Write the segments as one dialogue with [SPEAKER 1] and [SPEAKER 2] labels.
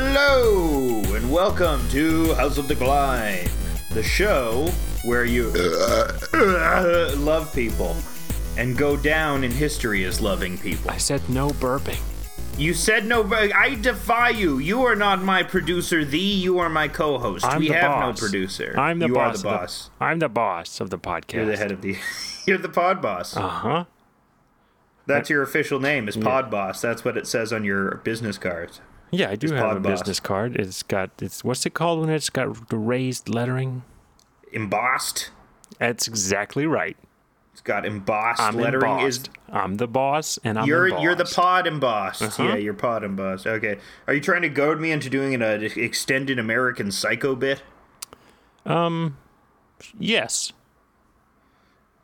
[SPEAKER 1] Hello, and welcome to House of Decline, the show where you love people and go down in history as loving people.
[SPEAKER 2] I said no burping.
[SPEAKER 1] You said no. I defy you. You are not my producer. The you are my co-host.
[SPEAKER 2] I'm
[SPEAKER 1] we
[SPEAKER 2] the
[SPEAKER 1] have
[SPEAKER 2] boss.
[SPEAKER 1] no producer.
[SPEAKER 2] I'm the
[SPEAKER 1] you
[SPEAKER 2] boss.
[SPEAKER 1] are the
[SPEAKER 2] of
[SPEAKER 1] boss.
[SPEAKER 2] I'm the boss of the podcast.
[SPEAKER 1] You're the head of the. You're the pod boss.
[SPEAKER 2] Uh huh.
[SPEAKER 1] That's your official name. Is pod boss. That's what it says on your business card.
[SPEAKER 2] Yeah, I do have a
[SPEAKER 1] pod boss.
[SPEAKER 2] business card. It's got it's what's it called when it's got the raised lettering?
[SPEAKER 1] Embossed.
[SPEAKER 2] That's exactly right.
[SPEAKER 1] It's got embossed
[SPEAKER 2] I'm
[SPEAKER 1] lettering. Is
[SPEAKER 2] embossed. I'm the boss, and I'm
[SPEAKER 1] You're
[SPEAKER 2] embossed.
[SPEAKER 1] you're the pod embossed.
[SPEAKER 2] Uh-huh.
[SPEAKER 1] Yeah, you're pod embossed. Okay. Are you trying to goad me into doing an uh, extended American Psycho bit?
[SPEAKER 2] Yes.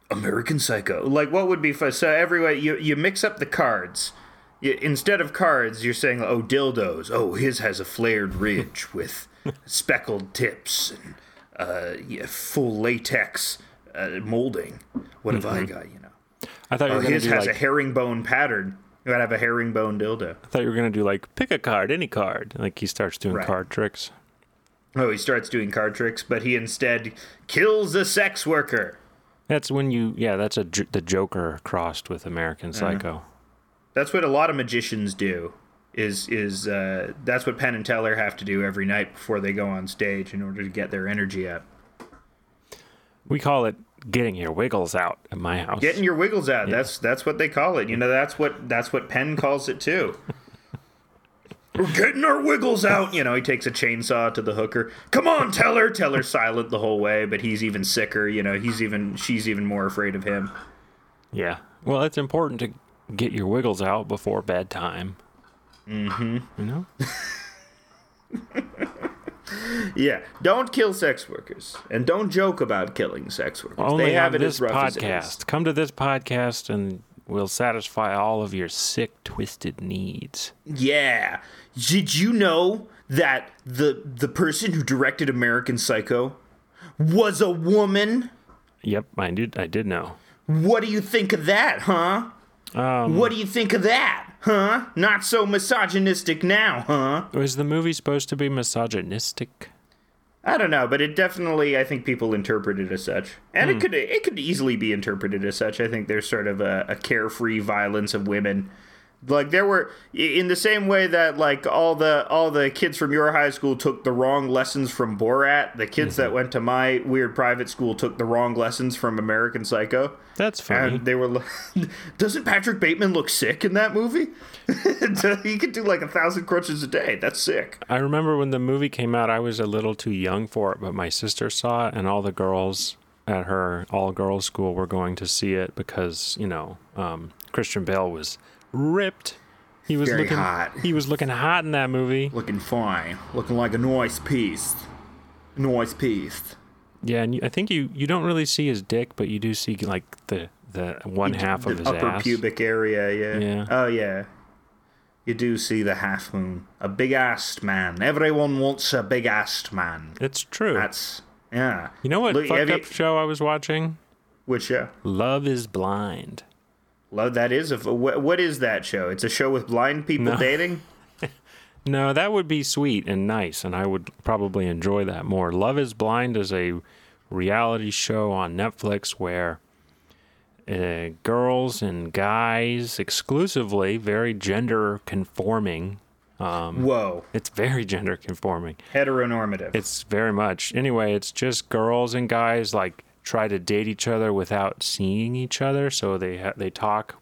[SPEAKER 1] American Psycho. Like what would be fun? So everyway, you you mix up the cards. You, instead of cards, you're saying oh dildos. Oh, his has a flared ridge with speckled tips and uh, yeah, full latex uh, molding. What have I got? You know.
[SPEAKER 2] I thought you
[SPEAKER 1] Oh,
[SPEAKER 2] Mm-hmm. were gonna
[SPEAKER 1] his
[SPEAKER 2] do
[SPEAKER 1] has
[SPEAKER 2] like
[SPEAKER 1] a herringbone pattern. You gotta have a herringbone dildo.
[SPEAKER 2] I thought you were gonna do like pick a card, any card. Like he starts doing
[SPEAKER 1] Right.
[SPEAKER 2] card tricks.
[SPEAKER 1] Oh, he starts doing card tricks, but he instead kills a sex worker.
[SPEAKER 2] That's when you yeah. That's a j- the Joker crossed with
[SPEAKER 1] Mm-hmm.
[SPEAKER 2] American Psycho.
[SPEAKER 1] That's what a lot of magicians do. Is is uh, that's what Penn and Teller have to do every night before they go on stage in order to get their energy up.
[SPEAKER 2] We call it getting your wiggles out at my house.
[SPEAKER 1] Getting your wiggles out. That's that's what they call it. You know, that's what that's what Penn calls it too. We're getting our wiggles out. You know, he takes a chainsaw to the hooker. Come on, Teller. Teller's silent the whole way, but he's even sicker. You know, he's even she's even more afraid of him.
[SPEAKER 2] Yeah. Well, it's important to get your wiggles out before bedtime. Mm-hmm. You know?
[SPEAKER 1] Yeah, don't kill sex workers, and don't joke about killing sex workers.
[SPEAKER 2] Only
[SPEAKER 1] they have
[SPEAKER 2] on
[SPEAKER 1] it
[SPEAKER 2] this
[SPEAKER 1] as rough as it
[SPEAKER 2] podcast.
[SPEAKER 1] is.
[SPEAKER 2] Come to this podcast and we'll satisfy all of your sick, twisted needs.
[SPEAKER 1] Yeah. Did you know that the the person who directed American Psycho was a woman?
[SPEAKER 2] Yep, I did I did know.
[SPEAKER 1] What do you think of that, huh?
[SPEAKER 2] Um,
[SPEAKER 1] what do you think of that, huh? Not so misogynistic now, huh?
[SPEAKER 2] Was the movie supposed to be misogynistic?
[SPEAKER 1] I don't know, but it definitely I think people interpret it as such, and it could it could easily be interpreted as such. I think there's sort of a, a carefree violence of women. Like there were i- in the same way that like all the all the kids from your high school took the wrong lessons from Borat, the kids that went to my weird private school took the wrong lessons from American Psycho.
[SPEAKER 2] That's funny.
[SPEAKER 1] And they were li- doesn't Patrick Bateman look sick in that movie? he could do like a thousand crunches a day. That's sick.
[SPEAKER 2] I remember when the movie came out, I was a little too young for it, but my sister saw it, and all the girls at her all girls school were going to see it because you know um, Christian Bale was ripped. He was
[SPEAKER 1] Very
[SPEAKER 2] looking
[SPEAKER 1] hot.
[SPEAKER 2] He was looking hot in that movie.
[SPEAKER 1] Looking fine. Looking like a nice piece. Nice piece.
[SPEAKER 2] Yeah, and you, I think you you don't really see his dick, but you do see like the the one half of
[SPEAKER 1] the
[SPEAKER 2] his
[SPEAKER 1] upper
[SPEAKER 2] ass.
[SPEAKER 1] pubic area, yeah.
[SPEAKER 2] Yeah.
[SPEAKER 1] Oh, yeah. You do see the half moon. A big assed man. Everyone wants a big assed man.
[SPEAKER 2] It's true.
[SPEAKER 1] That's, yeah.
[SPEAKER 2] you know what
[SPEAKER 1] Look, have
[SPEAKER 2] fucked
[SPEAKER 1] you-
[SPEAKER 2] up show I was watching?
[SPEAKER 1] Which show?
[SPEAKER 2] Love is Blind.
[SPEAKER 1] Lo- That is a. wh- What is that show? It's a show with blind people dating?
[SPEAKER 2] No, that would be sweet and nice, and I would probably enjoy that more. Love is Blind is a reality show on Netflix where uh, girls and guys exclusively, very gender conforming.
[SPEAKER 1] Whoa.
[SPEAKER 2] It's very gender conforming.
[SPEAKER 1] Heteronormative.
[SPEAKER 2] Um, It's very much. Anyway, it's just girls and guys like try to date each other without seeing each other, so they ha- they talk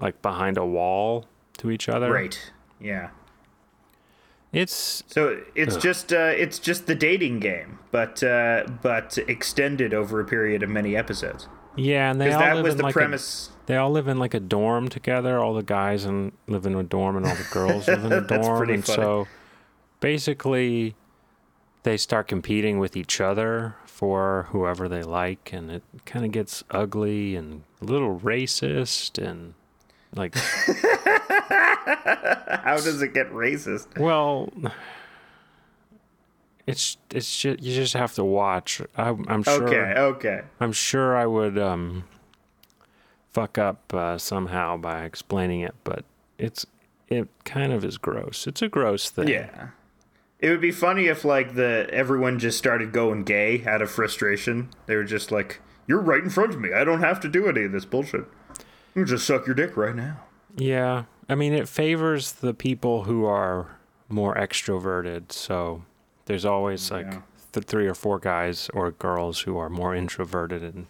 [SPEAKER 2] like behind a wall to each other.
[SPEAKER 1] Great. Yeah.
[SPEAKER 2] It's
[SPEAKER 1] So it's just uh, it's just the dating game, but uh, but extended over a period of many episodes.
[SPEAKER 2] yeah, and they all
[SPEAKER 1] Because that
[SPEAKER 2] live
[SPEAKER 1] was
[SPEAKER 2] in
[SPEAKER 1] the
[SPEAKER 2] like a-
[SPEAKER 1] premise.
[SPEAKER 2] They all live in like a dorm together. All the guys in, live in a dorm, and all the girls live in a dorm.
[SPEAKER 1] That's pretty
[SPEAKER 2] and
[SPEAKER 1] funny.
[SPEAKER 2] so, basically, they start competing with each other for whoever they like, and it kind of gets ugly and a little racist and like,
[SPEAKER 1] How does it get racist?
[SPEAKER 2] well, it's it's just you just have to watch. I, I'm sure.
[SPEAKER 1] Okay, okay.
[SPEAKER 2] I'm sure I would um, fuck up uh, somehow by explaining it, but it's it kind of is gross. It's a gross thing.
[SPEAKER 1] Yeah. It would be funny if like the everyone just started going gay out of frustration. They were just like, "You're right in front of me. I don't have to do any of this bullshit. You just suck your dick right now."
[SPEAKER 2] Yeah. I mean, it favors the people who are more extroverted. So there's always like
[SPEAKER 1] Mm, Yeah.
[SPEAKER 2] th- three or four guys or girls who are more introverted and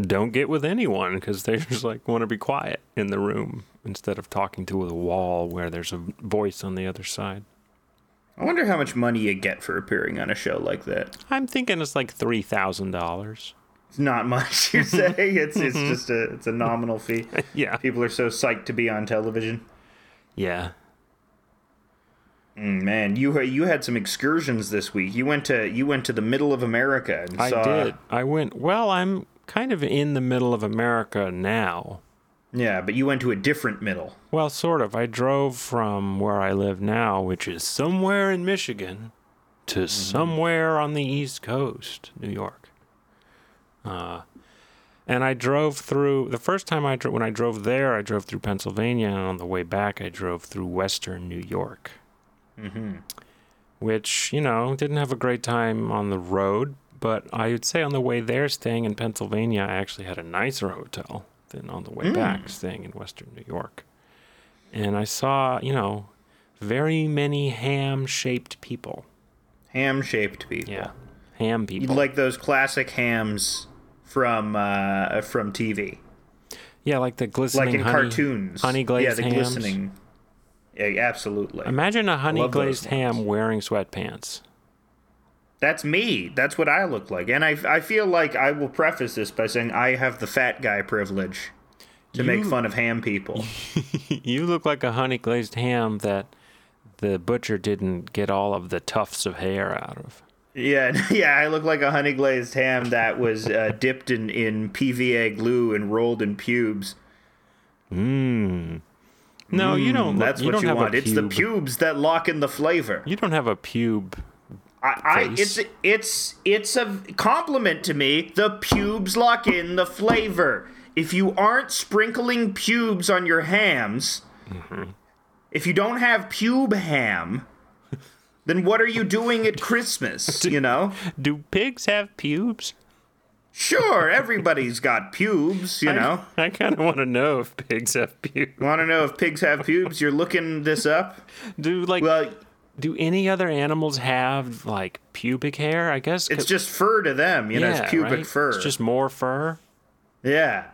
[SPEAKER 2] don't get with anyone because they just like want to be quiet in the room instead of talking to the wall where there's a voice on the other side.
[SPEAKER 1] I wonder how much money you get for appearing on a show like that.
[SPEAKER 2] I'm thinking it's like $3,000.
[SPEAKER 1] It's not much, you say. It's it's
[SPEAKER 2] Mm-hmm.
[SPEAKER 1] just a it's a nominal fee.
[SPEAKER 2] Yeah.
[SPEAKER 1] People are so psyched to be on television.
[SPEAKER 2] Yeah.
[SPEAKER 1] Mm, Man, you you had some excursions this week. You went to you went to the middle of America and
[SPEAKER 2] I
[SPEAKER 1] saw.
[SPEAKER 2] did. I went, well, I'm kind of in the middle of America now.
[SPEAKER 1] Yeah, but you went to a different middle.
[SPEAKER 2] Well, sort of. I drove from where I live now, which is somewhere in Michigan, to somewhere on the East Coast, New York. Uh, and I drove through the first time I dro- when I drove there, I drove through Pennsylvania, and on the way back, I drove through Western New York, mm-hmm. which you know didn't have a great time on the road. But I would say on the way there, staying in Pennsylvania, I actually had a nicer hotel than on the way back, staying in Western New York and I saw, you know, very many ham shaped people.
[SPEAKER 1] Ham shaped people.
[SPEAKER 2] Yeah. Ham
[SPEAKER 1] You'd
[SPEAKER 2] people.
[SPEAKER 1] like those classic hams from uh, from TV,
[SPEAKER 2] yeah, like the glistening
[SPEAKER 1] like in
[SPEAKER 2] honey,
[SPEAKER 1] cartoons.
[SPEAKER 2] Honey glazed
[SPEAKER 1] Yeah, the
[SPEAKER 2] hams.
[SPEAKER 1] glistening. Yeah, absolutely.
[SPEAKER 2] Imagine a honey
[SPEAKER 1] love those
[SPEAKER 2] glazed ham wearing sweatpants.
[SPEAKER 1] That's me. That's what I look like. And I I feel like I will preface this by saying I have the fat guy privilege to make
[SPEAKER 2] You-
[SPEAKER 1] fun of ham people.
[SPEAKER 2] You look like a honey glazed ham that the butcher didn't get all of the tufts of hair out of.
[SPEAKER 1] Yeah, yeah, I look like a honey glazed ham that was uh, dipped in, in PVA glue and rolled in pubes.
[SPEAKER 2] No, you don't. look-
[SPEAKER 1] That's
[SPEAKER 2] Mm, you
[SPEAKER 1] what
[SPEAKER 2] don't
[SPEAKER 1] you
[SPEAKER 2] have a
[SPEAKER 1] want. It's the
[SPEAKER 2] pube.
[SPEAKER 1] pubes that lock in the flavor.
[SPEAKER 2] You don't have a pube.
[SPEAKER 1] I, I
[SPEAKER 2] Face.
[SPEAKER 1] it's it's it's a compliment to me. The pubes lock in the flavor. If you aren't sprinkling pubes on your hams,
[SPEAKER 2] Mm-hmm.
[SPEAKER 1] if you don't have pube ham, then what are you doing at Christmas? You know,
[SPEAKER 2] Do pigs have pubes?
[SPEAKER 1] sure, everybody's got pubes. You know.
[SPEAKER 2] I kind of want to know if pigs have pubes.
[SPEAKER 1] Want to know if pigs have pubes? You're looking this up.
[SPEAKER 2] Do like
[SPEAKER 1] Well,
[SPEAKER 2] Do any other animals have like pubic hair? I guess
[SPEAKER 1] it's just fur to them. You know, it's pubic
[SPEAKER 2] right?
[SPEAKER 1] fur.
[SPEAKER 2] It's just more fur.
[SPEAKER 1] yeah.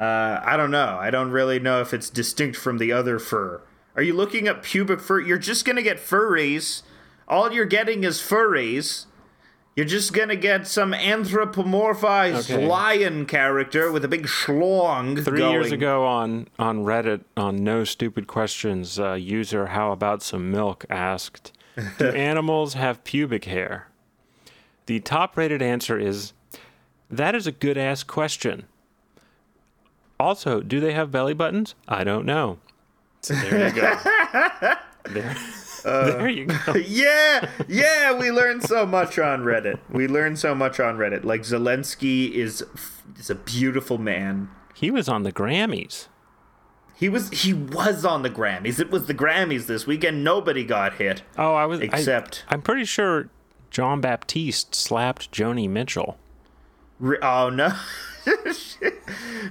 [SPEAKER 1] Uh, I don't know. I don't really know if it's distinct from the other fur. Are you looking up pubic fur? You're just gonna get furries. All you're getting is furries. You're just gonna get some anthropomorphized
[SPEAKER 2] Okay.
[SPEAKER 1] lion character with a big schlong.
[SPEAKER 2] Three
[SPEAKER 1] going.
[SPEAKER 2] years ago on on Reddit on No Stupid Questions, uh, user How About Some Milk asked, "Do animals have pubic hair?" The top-rated answer is, "That is a good-ass question." Also, do they have belly buttons? I don't know. So there you go. there,
[SPEAKER 1] Uh.
[SPEAKER 2] there you go.
[SPEAKER 1] yeah, yeah, we learn so much on Reddit. We learn so much on Reddit. Like Zelensky is is a beautiful man.
[SPEAKER 2] He was on the Grammys.
[SPEAKER 1] He was he was on the Grammys. It was the Grammys this weekend. Nobody got hit.
[SPEAKER 2] Oh, I was I-
[SPEAKER 1] Except-
[SPEAKER 2] I'm pretty sure John Baptiste slapped Joni Mitchell.
[SPEAKER 1] Re- oh no.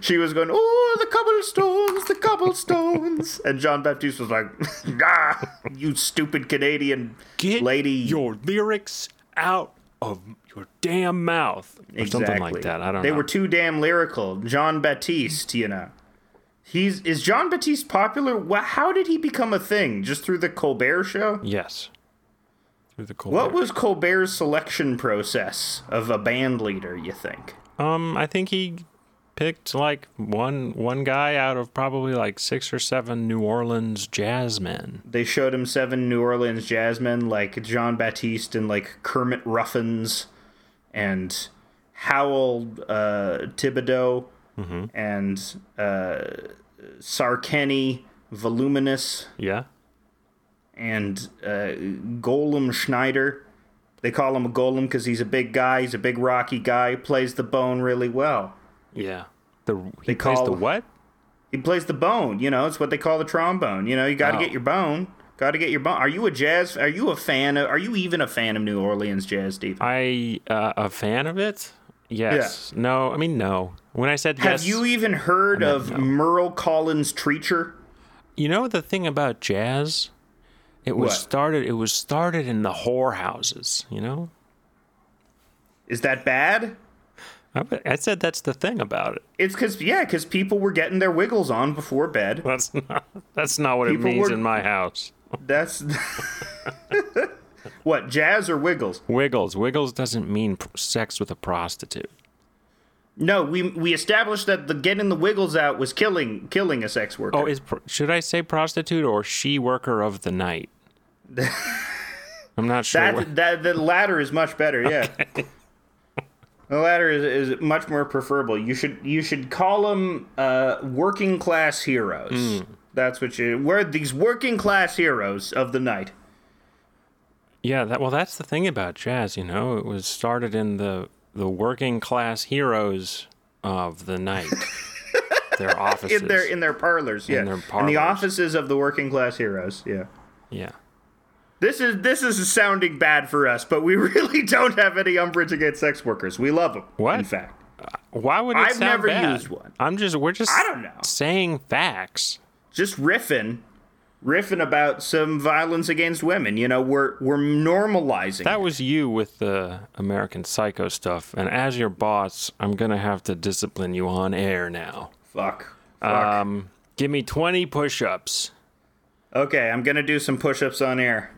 [SPEAKER 1] she was going, "Oh, the cobblestones, the cobblestones." and John Baptiste was like, "Ah, you stupid Canadian
[SPEAKER 2] Get
[SPEAKER 1] lady.
[SPEAKER 2] your lyrics out of your damn mouth, or something like
[SPEAKER 1] Exactly.
[SPEAKER 2] that. I don't
[SPEAKER 1] they
[SPEAKER 2] know.
[SPEAKER 1] were too damn lyrical. John Batiste, you know. He's is John Batiste popular? Wha- How did he become a thing? Just through the Colbert show?
[SPEAKER 2] yes. Through the cold
[SPEAKER 1] What
[SPEAKER 2] air.
[SPEAKER 1] was Colbert's selection process of a band leader, you think?
[SPEAKER 2] um? I think he picked like one one guy out of probably like six or seven New Orleans jazz men.
[SPEAKER 1] They showed him seven New Orleans jazzmen like John Batiste and like Kermit Ruffins and Howell uh, Thibodeau
[SPEAKER 2] Mm-hmm.
[SPEAKER 1] and uh, Sarkany Voluminous.
[SPEAKER 2] Yeah.
[SPEAKER 1] and uh, Golem Schneider. They call him a golem because he's a big guy. He's a big rocky guy. Plays the bone really well.
[SPEAKER 2] Yeah. The he
[SPEAKER 1] They
[SPEAKER 2] plays the
[SPEAKER 1] call-
[SPEAKER 2] what?
[SPEAKER 1] He plays the bone. You know, it's what they call the trombone. You know, you got to
[SPEAKER 2] Oh.
[SPEAKER 1] get your bone. Got to get your bump. Are you a jazz? Are you a fan? Of, are you even a fan of New Orleans jazz, Stephen?
[SPEAKER 2] I uh, a fan of it. Yes. No. I mean, no. When I said
[SPEAKER 1] Have
[SPEAKER 2] yes,
[SPEAKER 1] you even heard of Merle Collins Treacher?
[SPEAKER 2] You know the thing about jazz? It was
[SPEAKER 1] What?
[SPEAKER 2] started it was started in the whorehouses, you know?
[SPEAKER 1] Is that bad?
[SPEAKER 2] I, I said that's the thing about it.
[SPEAKER 1] It's because yeah, because people were getting their wiggles on before bed.
[SPEAKER 2] That's not that's not what it
[SPEAKER 1] People
[SPEAKER 2] means
[SPEAKER 1] were-
[SPEAKER 2] in my house.
[SPEAKER 1] That's what jazz or wiggles.
[SPEAKER 2] Wiggles. Wiggles doesn't mean pr- sex with a prostitute.
[SPEAKER 1] No, we we established that the getting the wiggles out was killing killing a sex worker.
[SPEAKER 2] Oh, is pr- should I say prostitute or she worker of the night? I'm not sure. what-
[SPEAKER 1] that, that the latter is much better. Yeah, the latter is, is much more preferable. You should you should call them uh, working class heroes.
[SPEAKER 2] Hmm.
[SPEAKER 1] That's what you. We're these working class heroes of the night.
[SPEAKER 2] Yeah, that well that's the thing about jazz, you know. It was started in the the working class heroes of the night. their offices.
[SPEAKER 1] in their in their parlors. Yeah,
[SPEAKER 2] their
[SPEAKER 1] in
[SPEAKER 2] parlors.
[SPEAKER 1] the offices of the working class heroes. Yeah.
[SPEAKER 2] yeah.
[SPEAKER 1] This is this is sounding bad for us, but we really don't have any umbrage against sex workers. We love them.
[SPEAKER 2] What?
[SPEAKER 1] In fact,
[SPEAKER 2] Why would it
[SPEAKER 1] I've
[SPEAKER 2] sound
[SPEAKER 1] never
[SPEAKER 2] bad?
[SPEAKER 1] used one.
[SPEAKER 2] I'm just we're just
[SPEAKER 1] I don't know.
[SPEAKER 2] saying facts.
[SPEAKER 1] just riffing, riffing about some violence against women. You know, we're we're normalizing.
[SPEAKER 2] That was you with the American Psycho stuff, and as your boss, I'm gonna have to discipline you on air now.
[SPEAKER 1] Fuck. Fuck.
[SPEAKER 2] Um, give me 20 push-ups.
[SPEAKER 1] okay, I'm gonna do some push-ups on air.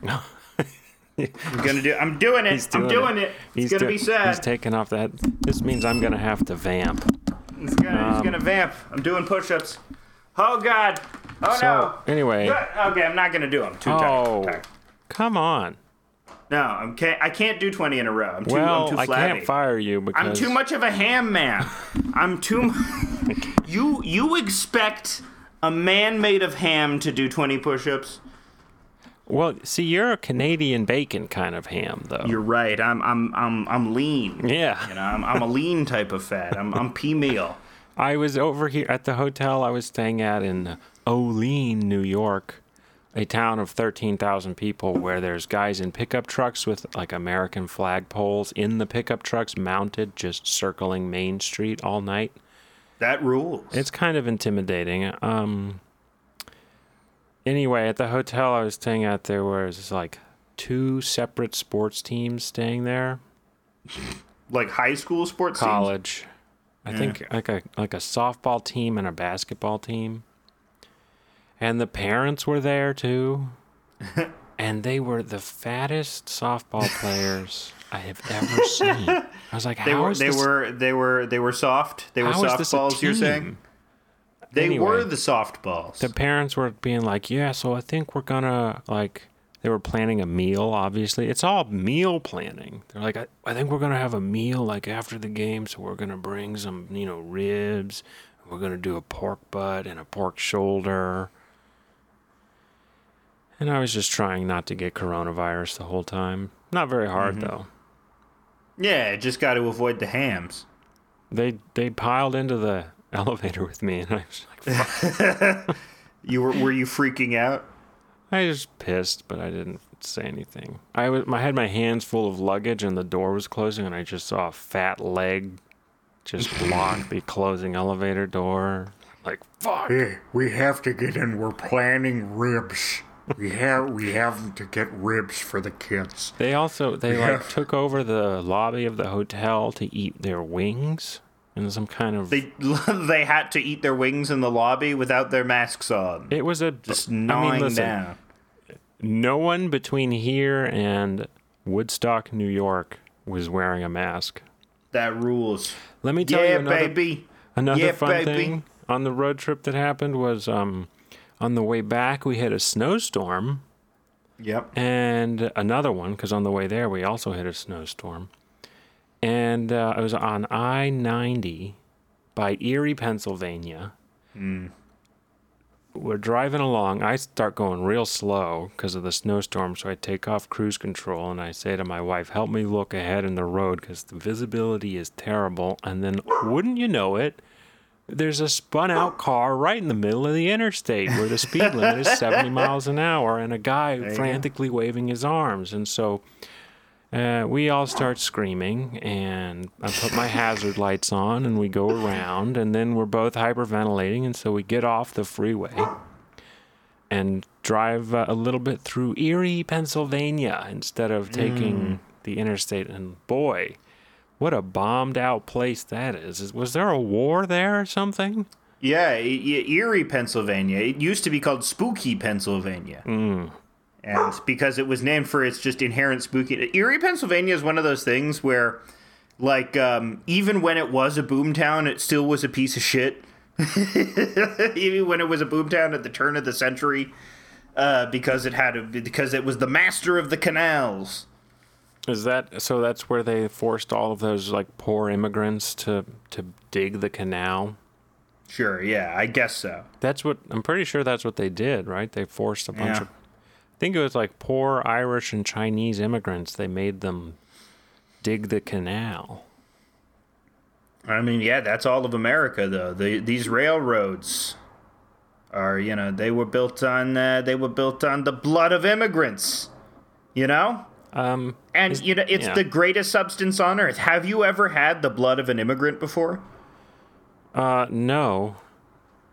[SPEAKER 1] I'm gonna do. I'm doing it. I'm doing it. It's gonna
[SPEAKER 2] do-
[SPEAKER 1] be
[SPEAKER 2] He's
[SPEAKER 1] sad.
[SPEAKER 2] taking off that. This means I'm gonna have to vamp.
[SPEAKER 1] It's gonna, it's
[SPEAKER 2] Um,
[SPEAKER 1] gonna vamp. I'm doing push-ups. Oh God. Oh
[SPEAKER 2] So
[SPEAKER 1] no.
[SPEAKER 2] anyway,
[SPEAKER 1] Okay, I'm not gonna do them. Too tired.
[SPEAKER 2] oh,
[SPEAKER 1] Tired.
[SPEAKER 2] come on.
[SPEAKER 1] No, I'm ca- I can't do 20 in a row. I'm too, I'm
[SPEAKER 2] Well,
[SPEAKER 1] too
[SPEAKER 2] I
[SPEAKER 1] flabby.
[SPEAKER 2] can't fire you because
[SPEAKER 1] I'm too much of a ham man. I'm too. mu- you you expect a man made of ham to do 20 push-ups?
[SPEAKER 2] Well, see, you're a Canadian bacon kind of ham, though.
[SPEAKER 1] You're right. I'm I'm I'm I'm lean.
[SPEAKER 2] yeah.
[SPEAKER 1] You know, I'm, I'm a lean type of fat. I'm I'm pea meal.
[SPEAKER 2] I was over here at the hotel I was staying at in Olean, New York, a town of 13,000 people where there's guys in pickup trucks with like American flag poles in the pickup trucks mounted just circling Main Street all night.
[SPEAKER 1] That rules.
[SPEAKER 2] It's kind of intimidating. Um anyway, at the hotel I was staying at there was like two separate sports teams staying there.
[SPEAKER 1] like high school sports. teams?
[SPEAKER 2] college. I think like a like a softball team and a basketball team. And the parents were there too. and they were the fattest softball players I have ever seen. I was like,
[SPEAKER 1] They
[SPEAKER 2] how
[SPEAKER 1] were
[SPEAKER 2] is
[SPEAKER 1] they
[SPEAKER 2] this-
[SPEAKER 1] were they were they were soft. They were
[SPEAKER 2] how is this a
[SPEAKER 1] softballs. You're saying
[SPEAKER 2] team?
[SPEAKER 1] they
[SPEAKER 2] Anyway.
[SPEAKER 1] were the softballs.
[SPEAKER 2] the parents were being like, "Yeah, so I think we're gonna like." They were planning a meal. Obviously, it's all meal planning. They're like, I, "I think we're gonna have a meal like after the game, so we're gonna bring some, you know, ribs. We're gonna do a pork butt and a pork shoulder." And I was just trying not to get coronavirus the whole time. Not very hard though.
[SPEAKER 1] yeah, just got to avoid the hams.
[SPEAKER 2] They they piled into the elevator with me, and I was like,
[SPEAKER 1] You were were you freaking out?
[SPEAKER 2] I was pissed, but I didn't say anything. I was I had my hands full of luggage and the door was closing and I just saw a fat leg just block the closing elevator door. Like fuck.
[SPEAKER 3] Hey, we have to get in. We're planning ribs. We have we have to get ribs for the kids.
[SPEAKER 2] They also they like took over the lobby of the hotel to eat their wings and some kind of
[SPEAKER 1] They they had to eat their wings in the lobby without their masks on.
[SPEAKER 2] it was a
[SPEAKER 1] Just
[SPEAKER 2] I mean,
[SPEAKER 1] gnawing
[SPEAKER 2] listen,
[SPEAKER 1] down.
[SPEAKER 2] No one between here and Woodstock, New York was wearing a mask.
[SPEAKER 1] That rules.
[SPEAKER 2] Let me tell
[SPEAKER 1] Yeah,
[SPEAKER 2] you another
[SPEAKER 1] baby.
[SPEAKER 2] Another
[SPEAKER 1] Yeah,
[SPEAKER 2] fun
[SPEAKER 1] baby.
[SPEAKER 2] thing on the road trip that happened was um, on the way back we hit a snowstorm
[SPEAKER 1] Yep.
[SPEAKER 2] and another one because on the way there we also hit a snowstorm. And uh, I was on I ninety by Erie, Pennsylvania.
[SPEAKER 1] Mm.
[SPEAKER 2] We're driving along. I start going real slow because of the snowstorm, so I take off cruise control and I say to my wife, "Help me look ahead in the road because the visibility is terrible." And then, wouldn't you know it, there's a spun out car right in the middle of the interstate where the speed limit is 70 miles an hour and a guy frantically waving his arms. And so uh, we all start screaming, and I put my hazard lights on, and we go around, and then we're both hyperventilating. And so we get off the freeway and drive uh, a little bit through Erie, Pennsylvania, instead of taking the interstate. And boy, what a bombed out place that is. Is- Was there a war there or something?
[SPEAKER 1] Yeah, E- E- Erie, Pennsylvania. It used to be called Spooky, Pennsylvania. And because it was named for its just inherent spooky. Erie, Pennsylvania is one of those things where, like, um, even when it was a boomtown, it still was a piece of shit. even when it was a boomtown at the turn of the century, uh, because it had a, because it was the master of the canals.
[SPEAKER 2] Is that so? That's where they forced all of those like poor immigrants to to dig the canal.
[SPEAKER 1] Sure, yeah, I guess so.
[SPEAKER 2] That's what I'm pretty sure that's what they did, right? They forced a bunch
[SPEAKER 1] Yeah.
[SPEAKER 2] of I think it was like poor Irish and Chinese immigrants. They made them dig the canal.
[SPEAKER 1] I mean, yeah, that's all of America, though. The, these railroads are, you know, they were built on uh, they were built on the blood of immigrants, you know.
[SPEAKER 2] Um,
[SPEAKER 1] And you know, it's
[SPEAKER 2] yeah.
[SPEAKER 1] the greatest substance on earth. Have you ever had the blood of an immigrant before?
[SPEAKER 2] uh, no.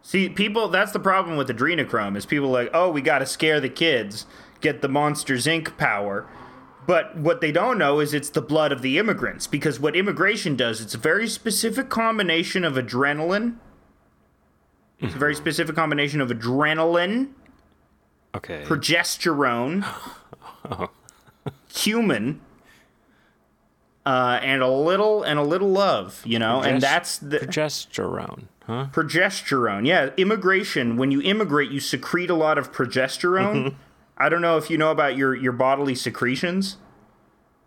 [SPEAKER 1] See, people, that's the problem with adrenochrome is people like, oh, we got to scare the kids, get the Monsters Inc. power. But what they don't know is it's the blood of the immigrants because what immigration does, it's a very specific combination of adrenaline. It's a very specific combination of adrenaline,
[SPEAKER 2] Okay.
[SPEAKER 1] progesterone, human, uh, and a little and a little love, you know,
[SPEAKER 2] Progest-
[SPEAKER 1] and that's the
[SPEAKER 2] progesterone, huh?
[SPEAKER 1] progesterone. Yeah, immigration. When you immigrate, you secrete a lot of progesterone. I don't know if you know about your your bodily secretions.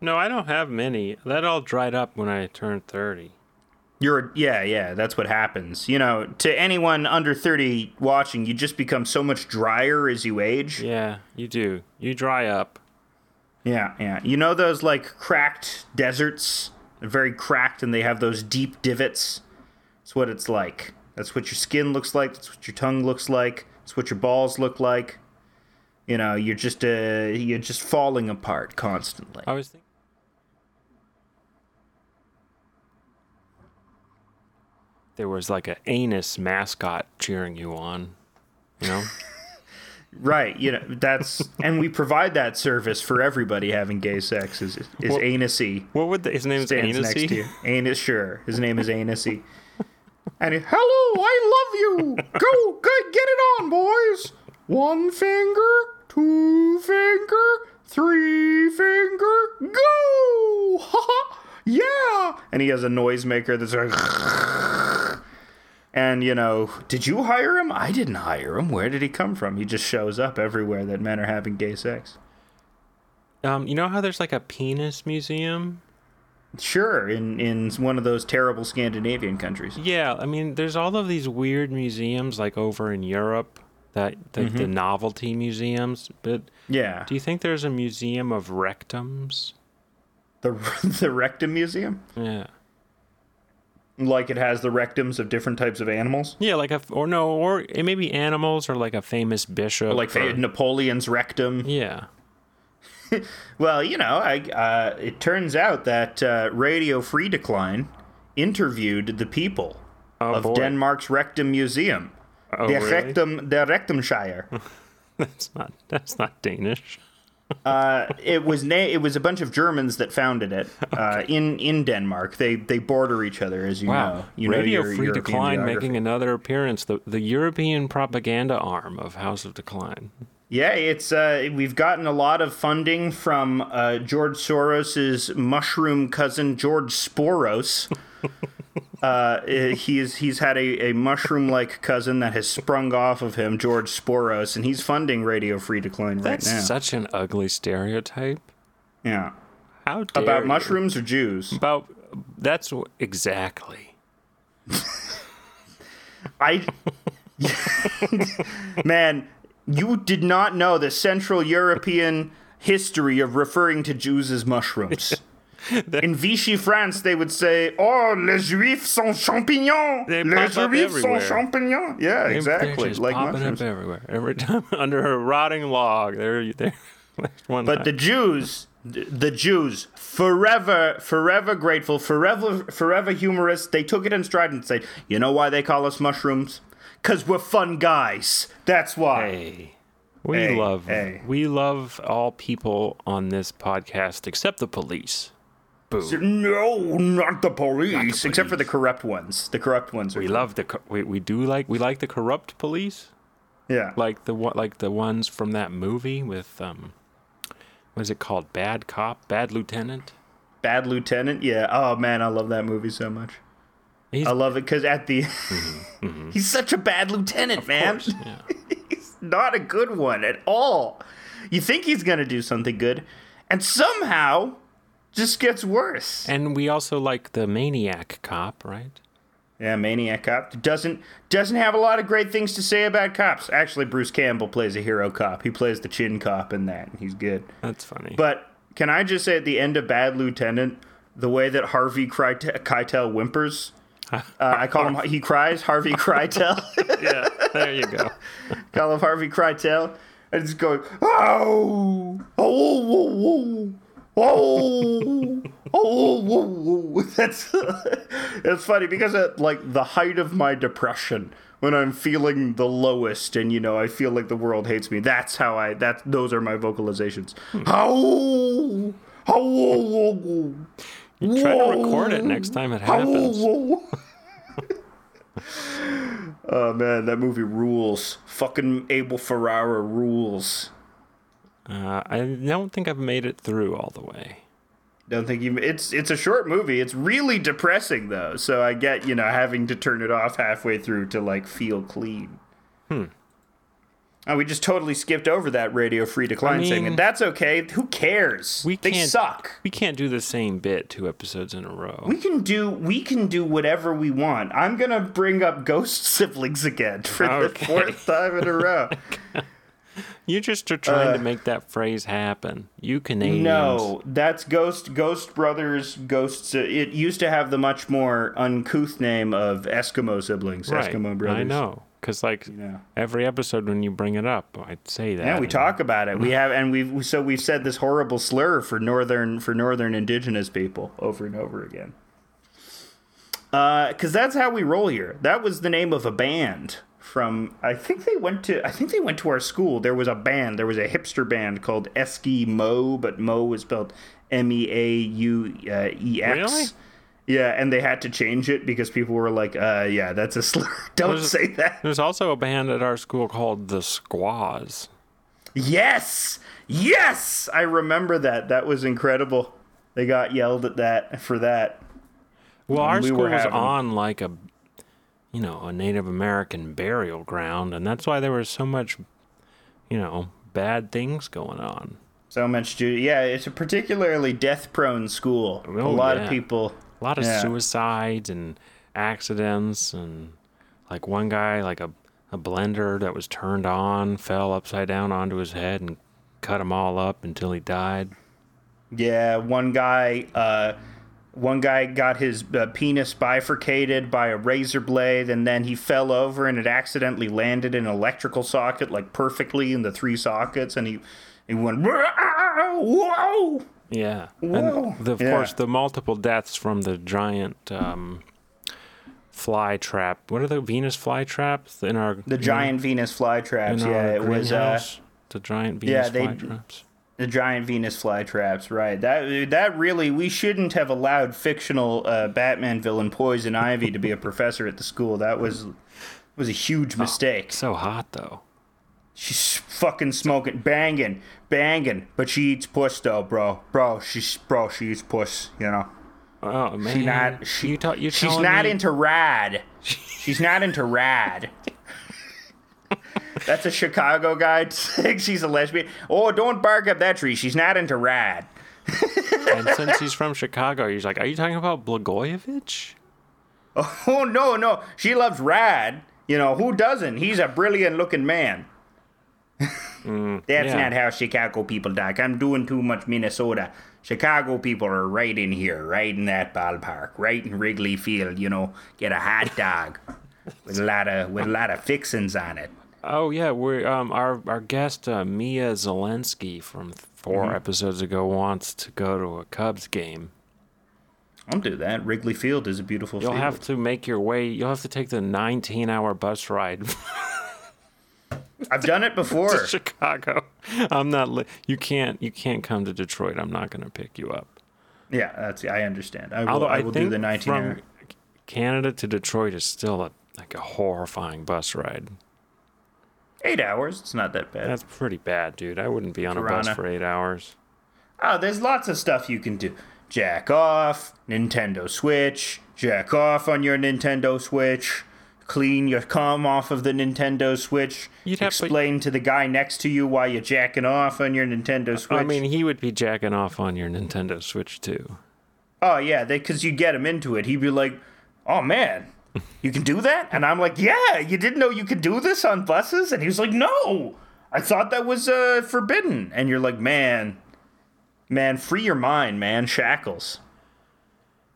[SPEAKER 2] No, I don't have many. That all dried up when I turned 30.
[SPEAKER 1] You're yeah, yeah. That's what happens. You know, to anyone under thirty watching, you just become so much drier as you age.
[SPEAKER 2] Yeah, you do. You dry up.
[SPEAKER 1] Yeah, yeah. You know those like cracked deserts? They're very cracked and they have those deep divots. That's what it's like. That's what your skin looks like. That's what your tongue looks like. That's what your balls look like. You know, you're just uh, you're just falling apart constantly.
[SPEAKER 2] I was thinking. There was like a anus mascot cheering you on, you know?
[SPEAKER 1] Right, you know, that's and we provide that service for everybody having gay sex is is
[SPEAKER 2] Well,
[SPEAKER 1] anusy.
[SPEAKER 2] What would the, his name is
[SPEAKER 1] stands
[SPEAKER 2] Anusy?
[SPEAKER 1] next to you. Anus, sure. His name is Anusy. And he, hello, I love you. Go, go, get it on, boys. One finger, two finger, three finger, go. Ha ha. Yeah. And he has a noisemaker that's like. And you know, did you hire him? I didn't hire him. Where did he come from? He just shows up everywhere that men are having gay sex.
[SPEAKER 2] Um, you know how there's like a penis museum?
[SPEAKER 1] Sure, in in one of those terrible Scandinavian countries.
[SPEAKER 2] Yeah, I mean, there's all of these weird museums like over in Europe that the, the novelty museums. But
[SPEAKER 1] Yeah.
[SPEAKER 2] do you think there's a museum of rectums?
[SPEAKER 1] The the rectum museum,
[SPEAKER 2] Yeah.
[SPEAKER 1] like it has the rectums of different types of animals,
[SPEAKER 2] Yeah, like a or no, or it may be animals or like a famous bishop.
[SPEAKER 1] like
[SPEAKER 2] or,
[SPEAKER 1] fa- Napoleon's rectum.
[SPEAKER 2] yeah.
[SPEAKER 1] Well, you know, I uh, it turns out that uh, Radio Free Decline interviewed the people
[SPEAKER 2] Oh,
[SPEAKER 1] of
[SPEAKER 2] boy.
[SPEAKER 1] Denmark's rectum museum,
[SPEAKER 2] Oh,
[SPEAKER 1] the
[SPEAKER 2] really?
[SPEAKER 1] rectum, the rectumshire.
[SPEAKER 2] That's not that's not Danish.
[SPEAKER 1] Uh, it was na- it was a bunch of Germans that founded it uh, in in Denmark. They they border each other, as you know. You
[SPEAKER 2] Radio
[SPEAKER 1] know your
[SPEAKER 2] Free
[SPEAKER 1] European
[SPEAKER 2] Decline
[SPEAKER 1] geography.
[SPEAKER 2] making another appearance. The the European propaganda arm of House of Decline.
[SPEAKER 1] Yeah, it's uh, we've gotten a lot of funding from uh, George Soros's mushroom cousin George Sporos. uh, he's he's had a, a mushroom-like cousin that has sprung off of him, George Sporos, and he's funding Radio Free Decline right
[SPEAKER 2] That's
[SPEAKER 1] now.
[SPEAKER 2] such an ugly stereotype.
[SPEAKER 1] yeah,
[SPEAKER 2] How dare
[SPEAKER 1] about
[SPEAKER 2] you.
[SPEAKER 1] mushrooms or Jews?
[SPEAKER 2] About that's wh- exactly.
[SPEAKER 1] I man, you did not know the Central European history of referring to Jews as mushrooms. In Vichy, France, they would say, "Oh, les Juifs sont champignons.
[SPEAKER 2] They
[SPEAKER 1] les
[SPEAKER 2] pop up
[SPEAKER 1] Juifs
[SPEAKER 2] everywhere.
[SPEAKER 1] sont champignons." Yeah,
[SPEAKER 2] They're
[SPEAKER 1] exactly.
[SPEAKER 2] just
[SPEAKER 1] Like
[SPEAKER 2] popping
[SPEAKER 1] mushrooms.
[SPEAKER 2] up everywhere. Every time under a rotting log, there, there. One
[SPEAKER 1] But the Jews, the Jews, forever, forever grateful, forever, forever humorous. They took it in stride and said, "You know why they call us mushrooms? Cause we're fun guys. That's why."
[SPEAKER 2] Hey. We
[SPEAKER 1] Hey,
[SPEAKER 2] love
[SPEAKER 1] hey.
[SPEAKER 2] we love all people on this podcast except the police. Boo.
[SPEAKER 1] No, not the police, except for the corrupt ones. The corrupt ones are
[SPEAKER 2] We love the co- we, we do like we like the corrupt police,
[SPEAKER 1] yeah.
[SPEAKER 2] like the one- like the ones from that movie with um what is it called? Bad cop, bad lieutenant.
[SPEAKER 1] Bad Lieutenant. Yeah. Oh man, I love that movie so much.
[SPEAKER 2] He's- Mm-hmm,
[SPEAKER 1] I love it because at the he's such a bad lieutenant, man.
[SPEAKER 2] Yeah.
[SPEAKER 1] he's not a good one at all. You think he's gonna do something good, and somehow just gets worse.
[SPEAKER 2] And we also like the maniac cop, right?
[SPEAKER 1] yeah, maniac cop doesn't doesn't have a lot of great things to say about cops. Actually, Bruce Campbell plays a hero cop. He plays the chin cop in that, and he's good.
[SPEAKER 2] That's funny.
[SPEAKER 1] But can I just say at the end of Bad Lieutenant, the way that Harvey Kreite- Keitel whimpers, uh, I call him, he cries, Harvey Keitel.
[SPEAKER 2] yeah, there you go.
[SPEAKER 1] call him Harvey Keitel. And just going, oh, oh, oh, oh, oh, oh, oh, oh. That's, it's funny because at like the height of my depression, when I'm feeling the lowest and you know I feel like the world hates me, that's how I that those are my vocalizations. Oh, oh, oh, oh, oh.
[SPEAKER 2] Try to record it next time it happens.
[SPEAKER 1] Oh, oh man, that movie rules. Fucking Abel Ferrara rules.
[SPEAKER 2] Uh, I don't think I've made it through all the way.
[SPEAKER 1] Don't think you. It's it's a short movie. It's really depressing though, so I get you know having to turn it off halfway through to like feel clean. Hmm. Oh, we just totally skipped over that radio free decline
[SPEAKER 2] I
[SPEAKER 1] thing,
[SPEAKER 2] mean-
[SPEAKER 1] and that's okay. Who cares?
[SPEAKER 2] We
[SPEAKER 1] they
[SPEAKER 2] can't-
[SPEAKER 1] suck.
[SPEAKER 2] We can't do the same bit two episodes in a row.
[SPEAKER 1] We can do we can do whatever we want. I'm gonna bring up ghost siblings again for
[SPEAKER 2] Okay.
[SPEAKER 1] the fourth time in a row.
[SPEAKER 2] you just are trying to make that phrase happen. You Canadians.
[SPEAKER 1] Uh. No, that's Ghost Ghost Brothers Ghosts. It used to have the much more uncouth name of Eskimo siblings,
[SPEAKER 2] right.
[SPEAKER 1] Eskimo brothers.
[SPEAKER 2] I know. Because, like,
[SPEAKER 1] know.
[SPEAKER 2] every episode when you bring it up, I'd say that.
[SPEAKER 1] Yeah, we
[SPEAKER 2] and-
[SPEAKER 1] talk about it. We have, and we've so we've said this horrible slur for northern for northern indigenous people over and over again. Because that's how we roll here. That was the name of a band from. I think they went to. I think they went to our school. There was a band. There was a hipster band called Eskimo, but Mo was spelled M E A U E X.
[SPEAKER 2] Really?
[SPEAKER 1] Yeah, and they had to change it because people were like, uh, "Yeah, that's a slur. Don't
[SPEAKER 2] Was-
[SPEAKER 1] say that."
[SPEAKER 2] There's also a band at our school called the Squaws.
[SPEAKER 1] Yes! Yes! I remember that. That was incredible. They got yelled at that for that.
[SPEAKER 2] Well, our
[SPEAKER 1] we
[SPEAKER 2] school
[SPEAKER 1] were
[SPEAKER 2] was
[SPEAKER 1] having-
[SPEAKER 2] on like a, you know, a Native American burial ground, and that's why there was so much, you know, bad things going on.
[SPEAKER 1] So much Jew. Yeah, it's a particularly death prone school. a
[SPEAKER 2] Oh,
[SPEAKER 1] lot
[SPEAKER 2] yeah.
[SPEAKER 1] of people.
[SPEAKER 2] A lot of
[SPEAKER 1] Yeah.
[SPEAKER 2] suicides and accidents, and like one guy, like a a blender that was turned on, fell upside down onto his head and cut him all up until he died.
[SPEAKER 1] Yeah, one guy. Uh, one guy got his uh, penis bifurcated by a razor blade, and then he fell over and it accidentally landed in an electrical socket, like perfectly in the three sockets, and he he went whoa.
[SPEAKER 2] Yeah.
[SPEAKER 1] Whoa.
[SPEAKER 2] And the, of
[SPEAKER 1] Yeah.
[SPEAKER 2] course, the multiple deaths from the giant um, fly trap. What are the Venus fly traps in our
[SPEAKER 1] The giant Venus flytraps.
[SPEAKER 2] in our
[SPEAKER 1] Yeah, it was. Uh,
[SPEAKER 2] greenhouse? the giant Venus
[SPEAKER 1] yeah, they-
[SPEAKER 2] fly traps.
[SPEAKER 1] The giant Venus flytraps, right? That that really we shouldn't have allowed fictional uh, Batman villain Poison Ivy to be a professor at the school. That was was a huge
[SPEAKER 2] Oh.
[SPEAKER 1] mistake.
[SPEAKER 2] So hot though.
[SPEAKER 1] She's fucking smoking, banging, banging, but she eats puss though, bro, bro. She's bro, she eats puss. You know,
[SPEAKER 2] Oh man.
[SPEAKER 1] she not she.
[SPEAKER 2] you ta- you're
[SPEAKER 1] she's
[SPEAKER 2] telling
[SPEAKER 1] not
[SPEAKER 2] me-
[SPEAKER 1] into rad. She's not into rad. That's a Chicago guy. saying she's a lesbian. Oh, don't bark up that tree. She's not into rad.
[SPEAKER 2] And since he's from Chicago, he's like, "Are you talking about Blagojevich?"
[SPEAKER 1] Oh no, no, she loves Rad. You know who doesn't? He's a brilliant-looking man. That's
[SPEAKER 2] yeah. Mm,
[SPEAKER 1] not how Chicago people talk. I'm doing too much Minnesota. Chicago people are right in here, right in that ballpark, right in Wrigley Field. You know, get a hot dog with a lot of with a lot of fixings on it.
[SPEAKER 2] Oh yeah, we um our our guest uh, Mia Zelensky from th- 4
[SPEAKER 1] Mm-hmm.
[SPEAKER 2] episodes ago wants to go to a Cubs game.
[SPEAKER 1] I'll do that. Wrigley Field is a beautiful
[SPEAKER 2] You'll
[SPEAKER 1] field.
[SPEAKER 2] have to make your way. You'll have to take the 19-hour bus ride
[SPEAKER 1] I've done it before.
[SPEAKER 2] to Chicago. I'm not. Li- you can't. You can't come to Detroit. I'm not going to pick you up.
[SPEAKER 1] yeah, that's I understand. I will,
[SPEAKER 2] Although
[SPEAKER 1] I will do
[SPEAKER 2] think
[SPEAKER 1] the 19
[SPEAKER 2] from
[SPEAKER 1] hour.
[SPEAKER 2] Canada to Detroit is still a, like a horrifying bus ride.
[SPEAKER 1] 8 hours. It's not that bad.
[SPEAKER 2] That's pretty bad, dude. I wouldn't be on a
[SPEAKER 1] Toronto.
[SPEAKER 2] bus for eight hours.
[SPEAKER 1] Oh, there's lots of stuff you can do. Jack off, Nintendo Switch, jack off on your Nintendo Switch, clean your cum off of the Nintendo Switch,
[SPEAKER 2] You'd have to-
[SPEAKER 1] explain to the guy next to you why you're jacking off on your Nintendo Switch.
[SPEAKER 2] I mean, he would be jacking off on your Nintendo Switch too.
[SPEAKER 1] oh yeah, because you get him into it. He'd be like, oh man, you can do that? And I'm like, yeah, you didn't know you could do this on buses? And he was like, no, I thought that was uh, forbidden. And you're like, man, man, free your mind, man, shackles.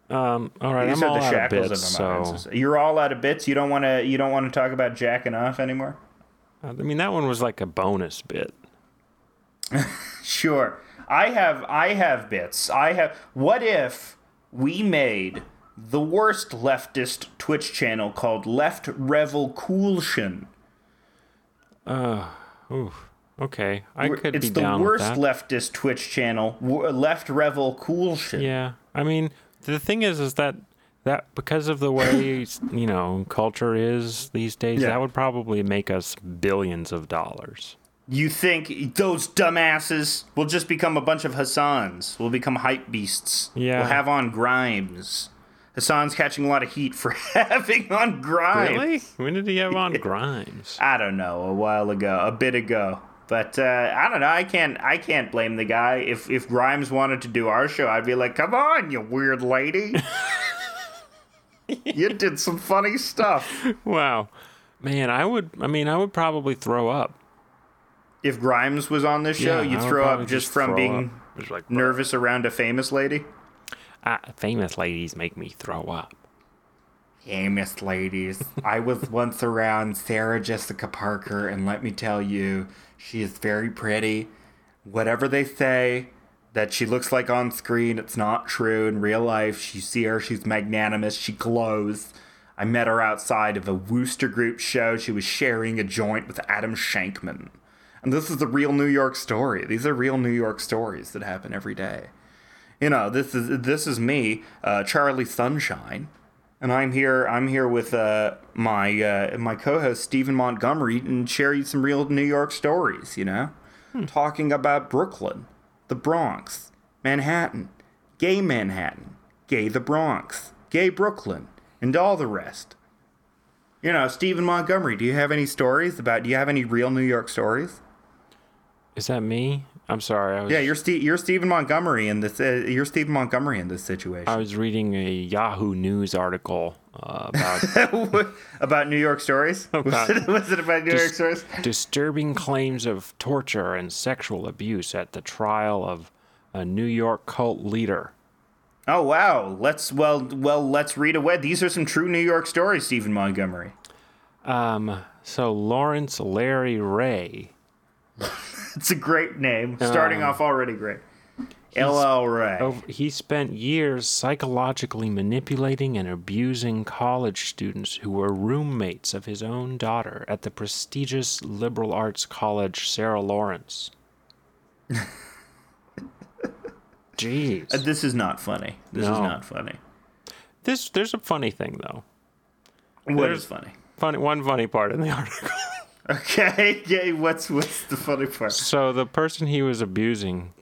[SPEAKER 2] All right,
[SPEAKER 1] These
[SPEAKER 2] I'm
[SPEAKER 1] are
[SPEAKER 2] all
[SPEAKER 1] the
[SPEAKER 2] out of
[SPEAKER 1] shackles
[SPEAKER 2] bits,
[SPEAKER 1] of, our
[SPEAKER 2] so
[SPEAKER 1] minds. You're all out of bits. You don't want to. You don't want to talk about jacking off anymore.
[SPEAKER 2] I mean that one was like a bonus bit.
[SPEAKER 1] Sure, I have. I have bits. I have. What if we made the worst leftist Twitch channel called Left Revel Coolshin?
[SPEAKER 2] Oof. Okay, I could
[SPEAKER 1] It's
[SPEAKER 2] be
[SPEAKER 1] the
[SPEAKER 2] down
[SPEAKER 1] worst
[SPEAKER 2] with that.
[SPEAKER 1] leftist Twitch channel. W- Left Revel Coolshin.
[SPEAKER 2] yeah, I mean the thing is, is that that because of the way you know culture is these days,
[SPEAKER 1] Yeah.
[SPEAKER 2] that would probably make us billions of dollars.
[SPEAKER 1] You think those dumbasses will just become a bunch of Hassans? Will become hype beasts?
[SPEAKER 2] Yeah.
[SPEAKER 1] Will have on Grimes? Hassan's catching a lot of heat for having on Grimes.
[SPEAKER 2] Really? When did he have on Grimes?
[SPEAKER 1] I don't know. A while ago, a bit ago. But uh, I don't know. I can't. I can't blame the guy. If if Grimes wanted to do our show, I'd be like, "Come on, you weird lady." you did some funny stuff.
[SPEAKER 2] Wow, man, I would. I mean, I would probably throw up.
[SPEAKER 1] If Grimes was on this show,
[SPEAKER 2] Yeah, I
[SPEAKER 1] you'd
[SPEAKER 2] would
[SPEAKER 1] throw up
[SPEAKER 2] probably
[SPEAKER 1] just, from
[SPEAKER 2] throw
[SPEAKER 1] being
[SPEAKER 2] up. Just like,
[SPEAKER 1] nervous around a famous lady.
[SPEAKER 2] "Ah, famous ladies make me throw up.
[SPEAKER 3] Amos ladies. I was once around Sarah Jessica Parker, and let me tell you, she is very pretty.
[SPEAKER 1] whatever they say that she looks like on screen, it's not true in real life. You see her, she's magnanimous, she glows. I met her outside of a Wooster Group show. She was sharing a joint with Adam Shankman. And this is a real New York story. These are real New York stories that happen every day. You know, this is this is me, uh, Charlie Sunshine, and I'm here. I'm here with uh, my uh, my co-host Stephen Montgomery and sharing some real New York stories. You know, talking about Brooklyn, the Bronx, Manhattan, gay Manhattan, gay the Bronx, gay Brooklyn, and all the rest. You know, Stephen Montgomery, do you have any stories about? Do you have any real New York stories?
[SPEAKER 2] Is that me? I'm sorry. I was
[SPEAKER 1] Yeah, you're Ste you're Stephen Montgomery in this. Uh, you're Stephen Montgomery in this
[SPEAKER 2] I
[SPEAKER 1] situation
[SPEAKER 2] was reading a Yahoo News article uh, about
[SPEAKER 1] about New York stories. was,
[SPEAKER 2] God.
[SPEAKER 1] it, was it about New
[SPEAKER 2] Just-
[SPEAKER 1] York stories?
[SPEAKER 2] disturbing claims of torture and sexual abuse at the trial of a New York cult leader.
[SPEAKER 1] Oh wow! Let's well well let's read away. These are some true New York stories, Stephen Montgomery.
[SPEAKER 2] Um, so Lawrence Larry Ray,
[SPEAKER 1] It's a great name. Starting
[SPEAKER 2] Uh.
[SPEAKER 1] off already great. LL Ray.
[SPEAKER 2] ov- he spent years psychologically manipulating and abusing college students who were roommates of his own daughter at the prestigious liberal arts college Sarah Lawrence. Jeez.
[SPEAKER 1] Uh, This is not funny. This is
[SPEAKER 2] No.
[SPEAKER 1] not funny.
[SPEAKER 2] This there's a funny thing though.
[SPEAKER 1] What
[SPEAKER 2] There's-
[SPEAKER 1] is funny?
[SPEAKER 2] Funny one funny part in the article.
[SPEAKER 1] Okay, yay. What's what's the funny part?
[SPEAKER 2] So the person he was abusing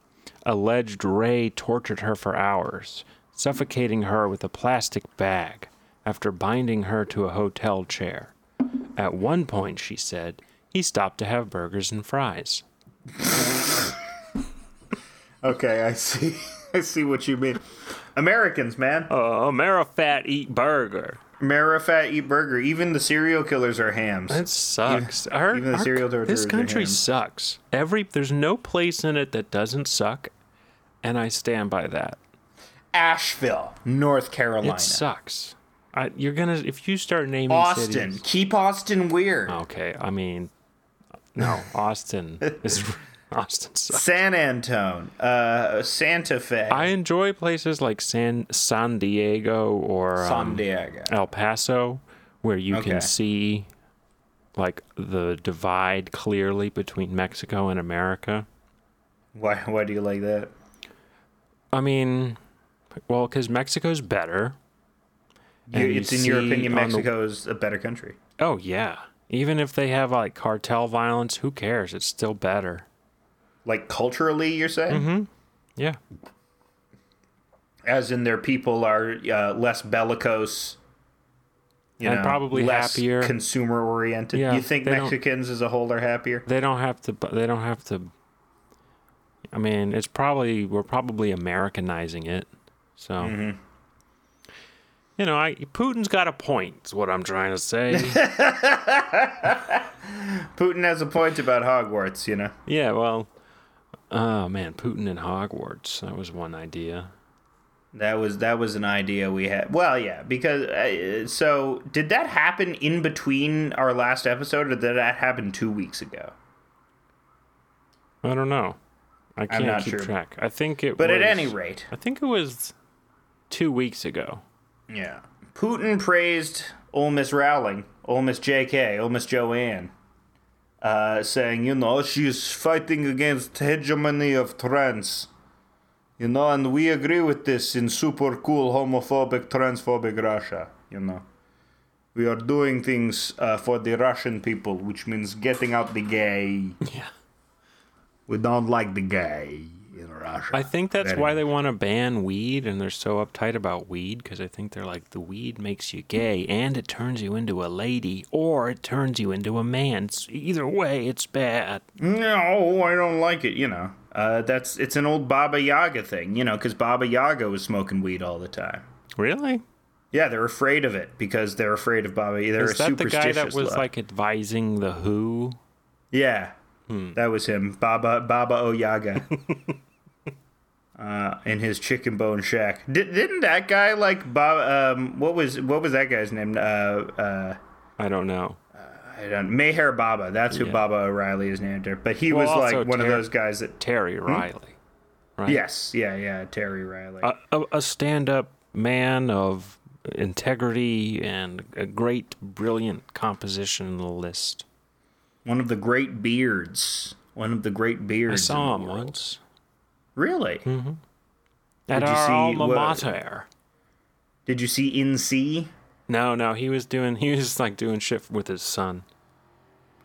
[SPEAKER 2] alleged Ray tortured her for hours, suffocating her with a plastic bag after binding her to a hotel chair. At one point, she said, he stopped to have burgers and fries.
[SPEAKER 1] Okay, I see. I see what you mean. Americans, man.
[SPEAKER 2] Uh, Amerifat eat burger.
[SPEAKER 1] Marifat eat burger. Even the serial killers are hams.
[SPEAKER 2] That sucks. Our-
[SPEAKER 1] even the
[SPEAKER 2] our-
[SPEAKER 1] serial
[SPEAKER 2] This
[SPEAKER 1] torturers are
[SPEAKER 2] country
[SPEAKER 1] hams.
[SPEAKER 2] sucks. Every there's no place in it that doesn't suck, and I stand by that.
[SPEAKER 3] Asheville, North Carolina.
[SPEAKER 2] It sucks. I, you're gonna if you start naming
[SPEAKER 3] Austin.
[SPEAKER 2] cities-
[SPEAKER 3] Keep Austin weird.
[SPEAKER 2] Okay, I mean, no, Austin is Austin sucks.
[SPEAKER 1] San Antone, uh, Santa Fe,
[SPEAKER 2] I enjoy places like San San Diego or
[SPEAKER 3] San
[SPEAKER 2] um,
[SPEAKER 3] Diego.
[SPEAKER 2] El Paso, where you
[SPEAKER 1] Okay.
[SPEAKER 2] can see like the divide clearly between Mexico and America.
[SPEAKER 1] Why? Why do you like that?
[SPEAKER 2] I mean, well, because Mexico's better.
[SPEAKER 1] You,
[SPEAKER 2] And you
[SPEAKER 1] it's in your
[SPEAKER 2] see
[SPEAKER 1] opinion,
[SPEAKER 2] on the-
[SPEAKER 1] Mexico is a better country.
[SPEAKER 2] Oh yeah, even if they have like cartel violence, who cares? It's still better.
[SPEAKER 1] Like culturally, you're saying,
[SPEAKER 2] Mm-hmm. Yeah.
[SPEAKER 1] as in their people are uh, less bellicose. You
[SPEAKER 2] And probably
[SPEAKER 1] less
[SPEAKER 2] happier.
[SPEAKER 1] consumer oriented.
[SPEAKER 2] Yeah,
[SPEAKER 1] you think
[SPEAKER 2] they don't-
[SPEAKER 1] Mexicans as a whole are happier?
[SPEAKER 2] they don't have to they don't have to i mean it's probably we're probably americanizing it so
[SPEAKER 1] Mm-hmm.
[SPEAKER 2] you know i putin's got a point is what i'm trying to say
[SPEAKER 1] Putin has a point about Hogwarts. You know,
[SPEAKER 2] yeah well oh man putin and hogwarts that was one idea
[SPEAKER 1] that was that was an idea we had. Well, yeah, because uh, so did that happen in between our last episode, or did that happen two weeks ago?
[SPEAKER 2] i don't know i can't
[SPEAKER 1] not
[SPEAKER 2] keep
[SPEAKER 1] sure.
[SPEAKER 2] track i think it
[SPEAKER 1] But
[SPEAKER 2] was,
[SPEAKER 1] at any rate,
[SPEAKER 2] i think it was two weeks ago
[SPEAKER 1] Yeah. Putin praised Ole Miss Rowling, Ole Miss JK, Ole Miss Joanne, uh, saying, you know, she's fighting against hegemony of trans. You know, and we agree with this in super cool homophobic, transphobic Russia, you know. We are doing things uh, for the Russian people, which means getting out the gay.
[SPEAKER 2] yeah
[SPEAKER 1] We don't like the gay in Russia.
[SPEAKER 2] I think that's
[SPEAKER 1] Very
[SPEAKER 2] why they want to ban weed and they're so uptight about weed because I think they're like, the weed makes you gay and it turns you into a lady or it turns you into a man. It's, either way, it's bad.
[SPEAKER 1] No, oh, I don't like it. You know, uh, that's it's an old Baba Yaga thing. You know, because Baba Yaga was smoking weed all the time.
[SPEAKER 2] Really?
[SPEAKER 1] Yeah, they're afraid of it because they're afraid of Baba. They're
[SPEAKER 2] Is
[SPEAKER 1] a
[SPEAKER 2] that the
[SPEAKER 1] superstitious.
[SPEAKER 2] guy that was
[SPEAKER 1] lot.
[SPEAKER 2] like advising the WHO?
[SPEAKER 1] yeah,
[SPEAKER 2] Hmm.
[SPEAKER 1] that was him, Baba Baba Oyaga, uh, in his chicken bone shack. Di- didn't that guy like Baba? Um, what was what was that guy's name? Uh, uh,
[SPEAKER 2] I don't know.
[SPEAKER 1] I don't Mayhair Baba. That's who
[SPEAKER 2] Yeah.
[SPEAKER 1] Baba O'Reilly is named after. But he
[SPEAKER 2] Well,
[SPEAKER 1] was like
[SPEAKER 2] also
[SPEAKER 1] one of
[SPEAKER 2] Ter-
[SPEAKER 1] those guys that.
[SPEAKER 2] Terry Riley.
[SPEAKER 1] Yes, yeah, yeah, Terry Riley.
[SPEAKER 2] A, a, a stand up man of integrity and a great, brilliant compositionalist.
[SPEAKER 1] One of the great beards. One of the great
[SPEAKER 2] I
[SPEAKER 1] beards.
[SPEAKER 2] saw
[SPEAKER 1] in
[SPEAKER 2] him Mm-hmm.
[SPEAKER 1] the world.
[SPEAKER 2] once
[SPEAKER 1] Really?
[SPEAKER 2] at
[SPEAKER 1] Did you
[SPEAKER 2] our
[SPEAKER 1] see
[SPEAKER 2] alma
[SPEAKER 1] what-
[SPEAKER 2] mater.
[SPEAKER 1] Did you see In C?
[SPEAKER 2] No, no, he was doing he was like doing shit with his son.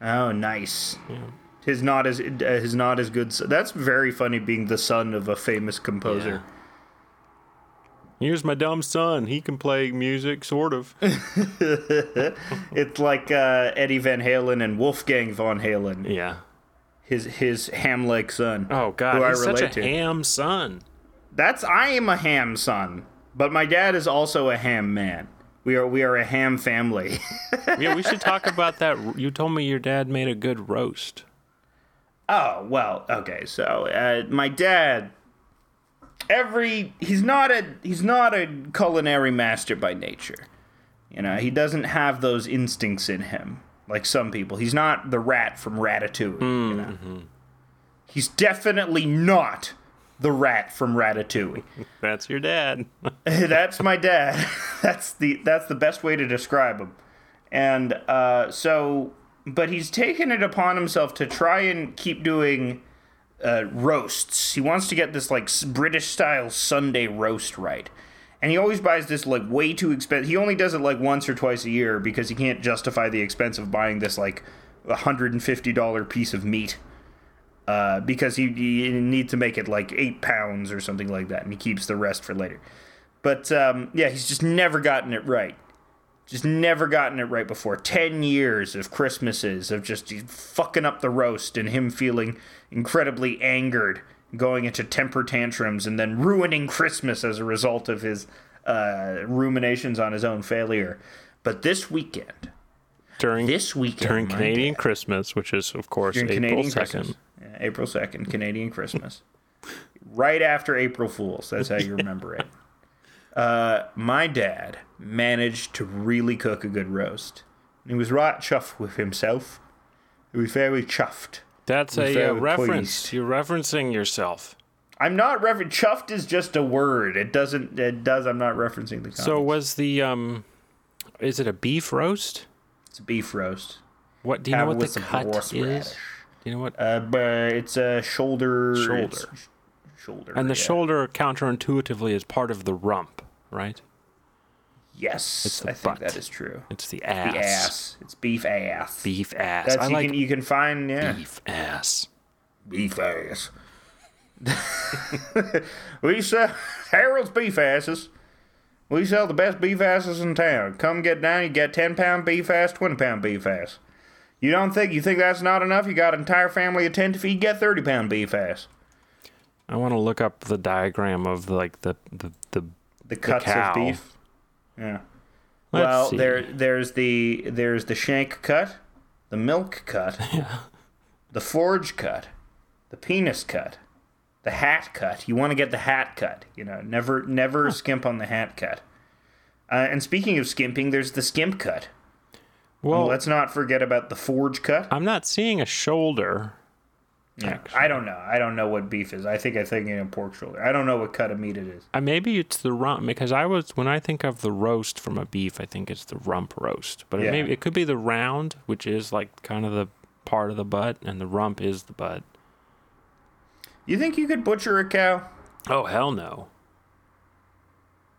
[SPEAKER 1] Oh, nice. His not as uh, his not as good. Son. That's very funny. Being the son of a famous composer.
[SPEAKER 2] Here's my dumb son. He can play music, sort of.
[SPEAKER 1] It's like uh, Eddie Van Halen and Wolfgang Van Halen.
[SPEAKER 2] yeah.
[SPEAKER 1] His his ham-like son.
[SPEAKER 2] Oh God,
[SPEAKER 1] who I
[SPEAKER 2] he's such a
[SPEAKER 1] relate to.
[SPEAKER 2] ham son.
[SPEAKER 1] That's I am a ham son, but my dad is also a ham man. We are we are a ham family.
[SPEAKER 2] Yeah, we should talk about that. You told me your dad made a good roast.
[SPEAKER 1] Oh, well, okay. So, uh, my dad every he's not a he's not a culinary master by nature. You know, he doesn't have those instincts in him like some people. He's not the rat from Ratatouille, you know. He's definitely not the rat from Ratatouille.
[SPEAKER 2] That's your dad.
[SPEAKER 1] that's my dad. That's the that's the best way to describe him. And uh, so, but he's taken it upon himself to try and keep doing uh, roasts. He wants to get this like British style Sunday roast right. And he always buys this like way too expensive. He only does it like once or twice a year because he can't justify the expense of buying this like $150 piece of meat uh, because you, you need to make it like eight pounds or something like that, and he keeps the rest for later. But um, yeah, he's just never gotten it right. Just never gotten it right before. Ten years of Christmases of just fucking up the roast and him feeling incredibly angered, going into temper tantrums, and then ruining Christmas as a result of his uh, ruminations on his own failure. But this weekend,
[SPEAKER 2] During
[SPEAKER 1] this weekend,
[SPEAKER 2] during
[SPEAKER 1] my
[SPEAKER 2] Canadian
[SPEAKER 1] dad-
[SPEAKER 2] Christmas, which is of course
[SPEAKER 1] during
[SPEAKER 2] April
[SPEAKER 1] Canadian
[SPEAKER 2] second.
[SPEAKER 1] Christmas. Yeah, April 2nd, Canadian Christmas. right after April Fools. That's how you remember it. Uh, my dad managed to really cook a good roast. He was right chuffed with himself. He was very chuffed.
[SPEAKER 2] That's
[SPEAKER 1] I'm
[SPEAKER 2] a uh,
[SPEAKER 1] very
[SPEAKER 2] reference.
[SPEAKER 1] pleased.
[SPEAKER 2] You're referencing yourself.
[SPEAKER 1] I'm not referencing. Chuffed is just a word. It doesn't. It does. I'm not referencing the. Comics.
[SPEAKER 2] So was the um, is it a beef roast?
[SPEAKER 1] it's beef roast.
[SPEAKER 2] What do you know
[SPEAKER 1] Have it
[SPEAKER 2] what
[SPEAKER 1] with
[SPEAKER 2] the
[SPEAKER 1] some
[SPEAKER 2] cut is?
[SPEAKER 1] horseradish.
[SPEAKER 2] Do you know what?
[SPEAKER 1] Uh, but it's a shoulder.
[SPEAKER 2] Shoulder.
[SPEAKER 1] it's sh- shoulder.
[SPEAKER 2] and the
[SPEAKER 1] yeah.
[SPEAKER 2] shoulder counterintuitively is part of the rump, right?
[SPEAKER 1] Yes,
[SPEAKER 2] the
[SPEAKER 1] I think
[SPEAKER 2] butt.
[SPEAKER 1] that is true.
[SPEAKER 2] It's the
[SPEAKER 1] The
[SPEAKER 2] ass.
[SPEAKER 1] ass. It's beef ass.
[SPEAKER 2] Beef ass.
[SPEAKER 1] That's
[SPEAKER 2] I
[SPEAKER 1] you
[SPEAKER 2] like
[SPEAKER 1] can you can find yeah.
[SPEAKER 2] beef ass.
[SPEAKER 1] beef ass. we sell Harold's beef asses. We sell the best beef asses in town. Come get down. You get ten pound beef ass, twenty pound beef ass. You don't think you think that's not enough? You got an entire family of ten. If you get thirty pound beef ass,
[SPEAKER 2] I want to look up the diagram of like the the, the
[SPEAKER 1] the cuts
[SPEAKER 2] cow.
[SPEAKER 1] of beef. Yeah.
[SPEAKER 2] let's
[SPEAKER 1] well,
[SPEAKER 2] see.
[SPEAKER 1] there there's the there's the shank cut, the milk cut, the forge cut, the penis cut, the hat cut. You want to get the hat cut. You know, never never skimp on the hat cut. Uh, and speaking of skimping, there's the skimp cut.
[SPEAKER 2] Well,
[SPEAKER 1] Let's not forget about the forge cut.
[SPEAKER 2] I'm not seeing a shoulder. Actually,
[SPEAKER 1] I don't know. I don't know what beef is. I think I'm thinking of pork shoulder. I don't know what cut of meat it is.
[SPEAKER 2] Uh, maybe it's the rump because I was when I think of the roast from a beef, I think it's the rump roast. But
[SPEAKER 1] Yeah.
[SPEAKER 2] it maybe it could be the round, which is like kind of the part of the butt, and the rump is the butt.
[SPEAKER 1] You think you could butcher a cow?
[SPEAKER 2] Oh hell no!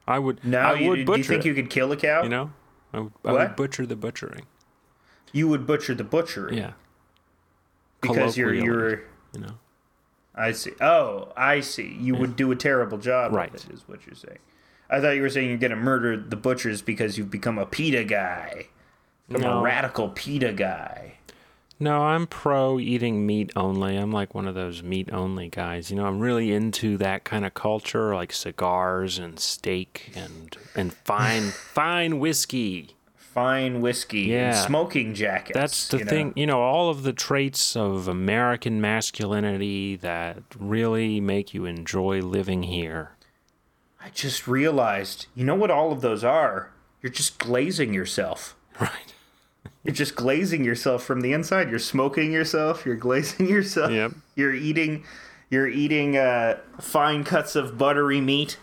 [SPEAKER 2] I would
[SPEAKER 1] No.
[SPEAKER 2] I
[SPEAKER 1] you,
[SPEAKER 2] would
[SPEAKER 1] do
[SPEAKER 2] butcher
[SPEAKER 1] you think
[SPEAKER 2] it,
[SPEAKER 1] you could kill a cow?
[SPEAKER 2] you know I would, I would
[SPEAKER 1] Oh. What?
[SPEAKER 2] butcher the butchering.
[SPEAKER 1] You would butcher the butchery.
[SPEAKER 2] Yeah,
[SPEAKER 1] because you're
[SPEAKER 2] Colloquially,
[SPEAKER 1] you're
[SPEAKER 2] you know
[SPEAKER 1] I see. Oh, I see. You would do a terrible job.
[SPEAKER 2] Right.
[SPEAKER 1] Right, of it, is what you're saying. I thought you were saying you're gonna murder the butchers because you've become a PETA guy, become
[SPEAKER 2] No.
[SPEAKER 1] a radical PETA guy.
[SPEAKER 2] No, I'm pro eating meat only. I'm like one of those meat only guys. You know, I'm really into that kind of culture, like cigars and steak and and fine fine whiskey.
[SPEAKER 1] Fine whiskey,
[SPEAKER 2] Yeah.
[SPEAKER 1] and smoking jackets.
[SPEAKER 2] That's the
[SPEAKER 1] you know?
[SPEAKER 2] thing. You know, all of the traits of American masculinity that really make you enjoy living here.
[SPEAKER 1] I just realized. You know what all of those are? You're just glazing yourself.
[SPEAKER 2] Right.
[SPEAKER 1] You're just glazing yourself from the inside. You're smoking yourself. You're glazing yourself.
[SPEAKER 2] Yep.
[SPEAKER 1] You're eating. You're eating uh, fine cuts of buttery meat,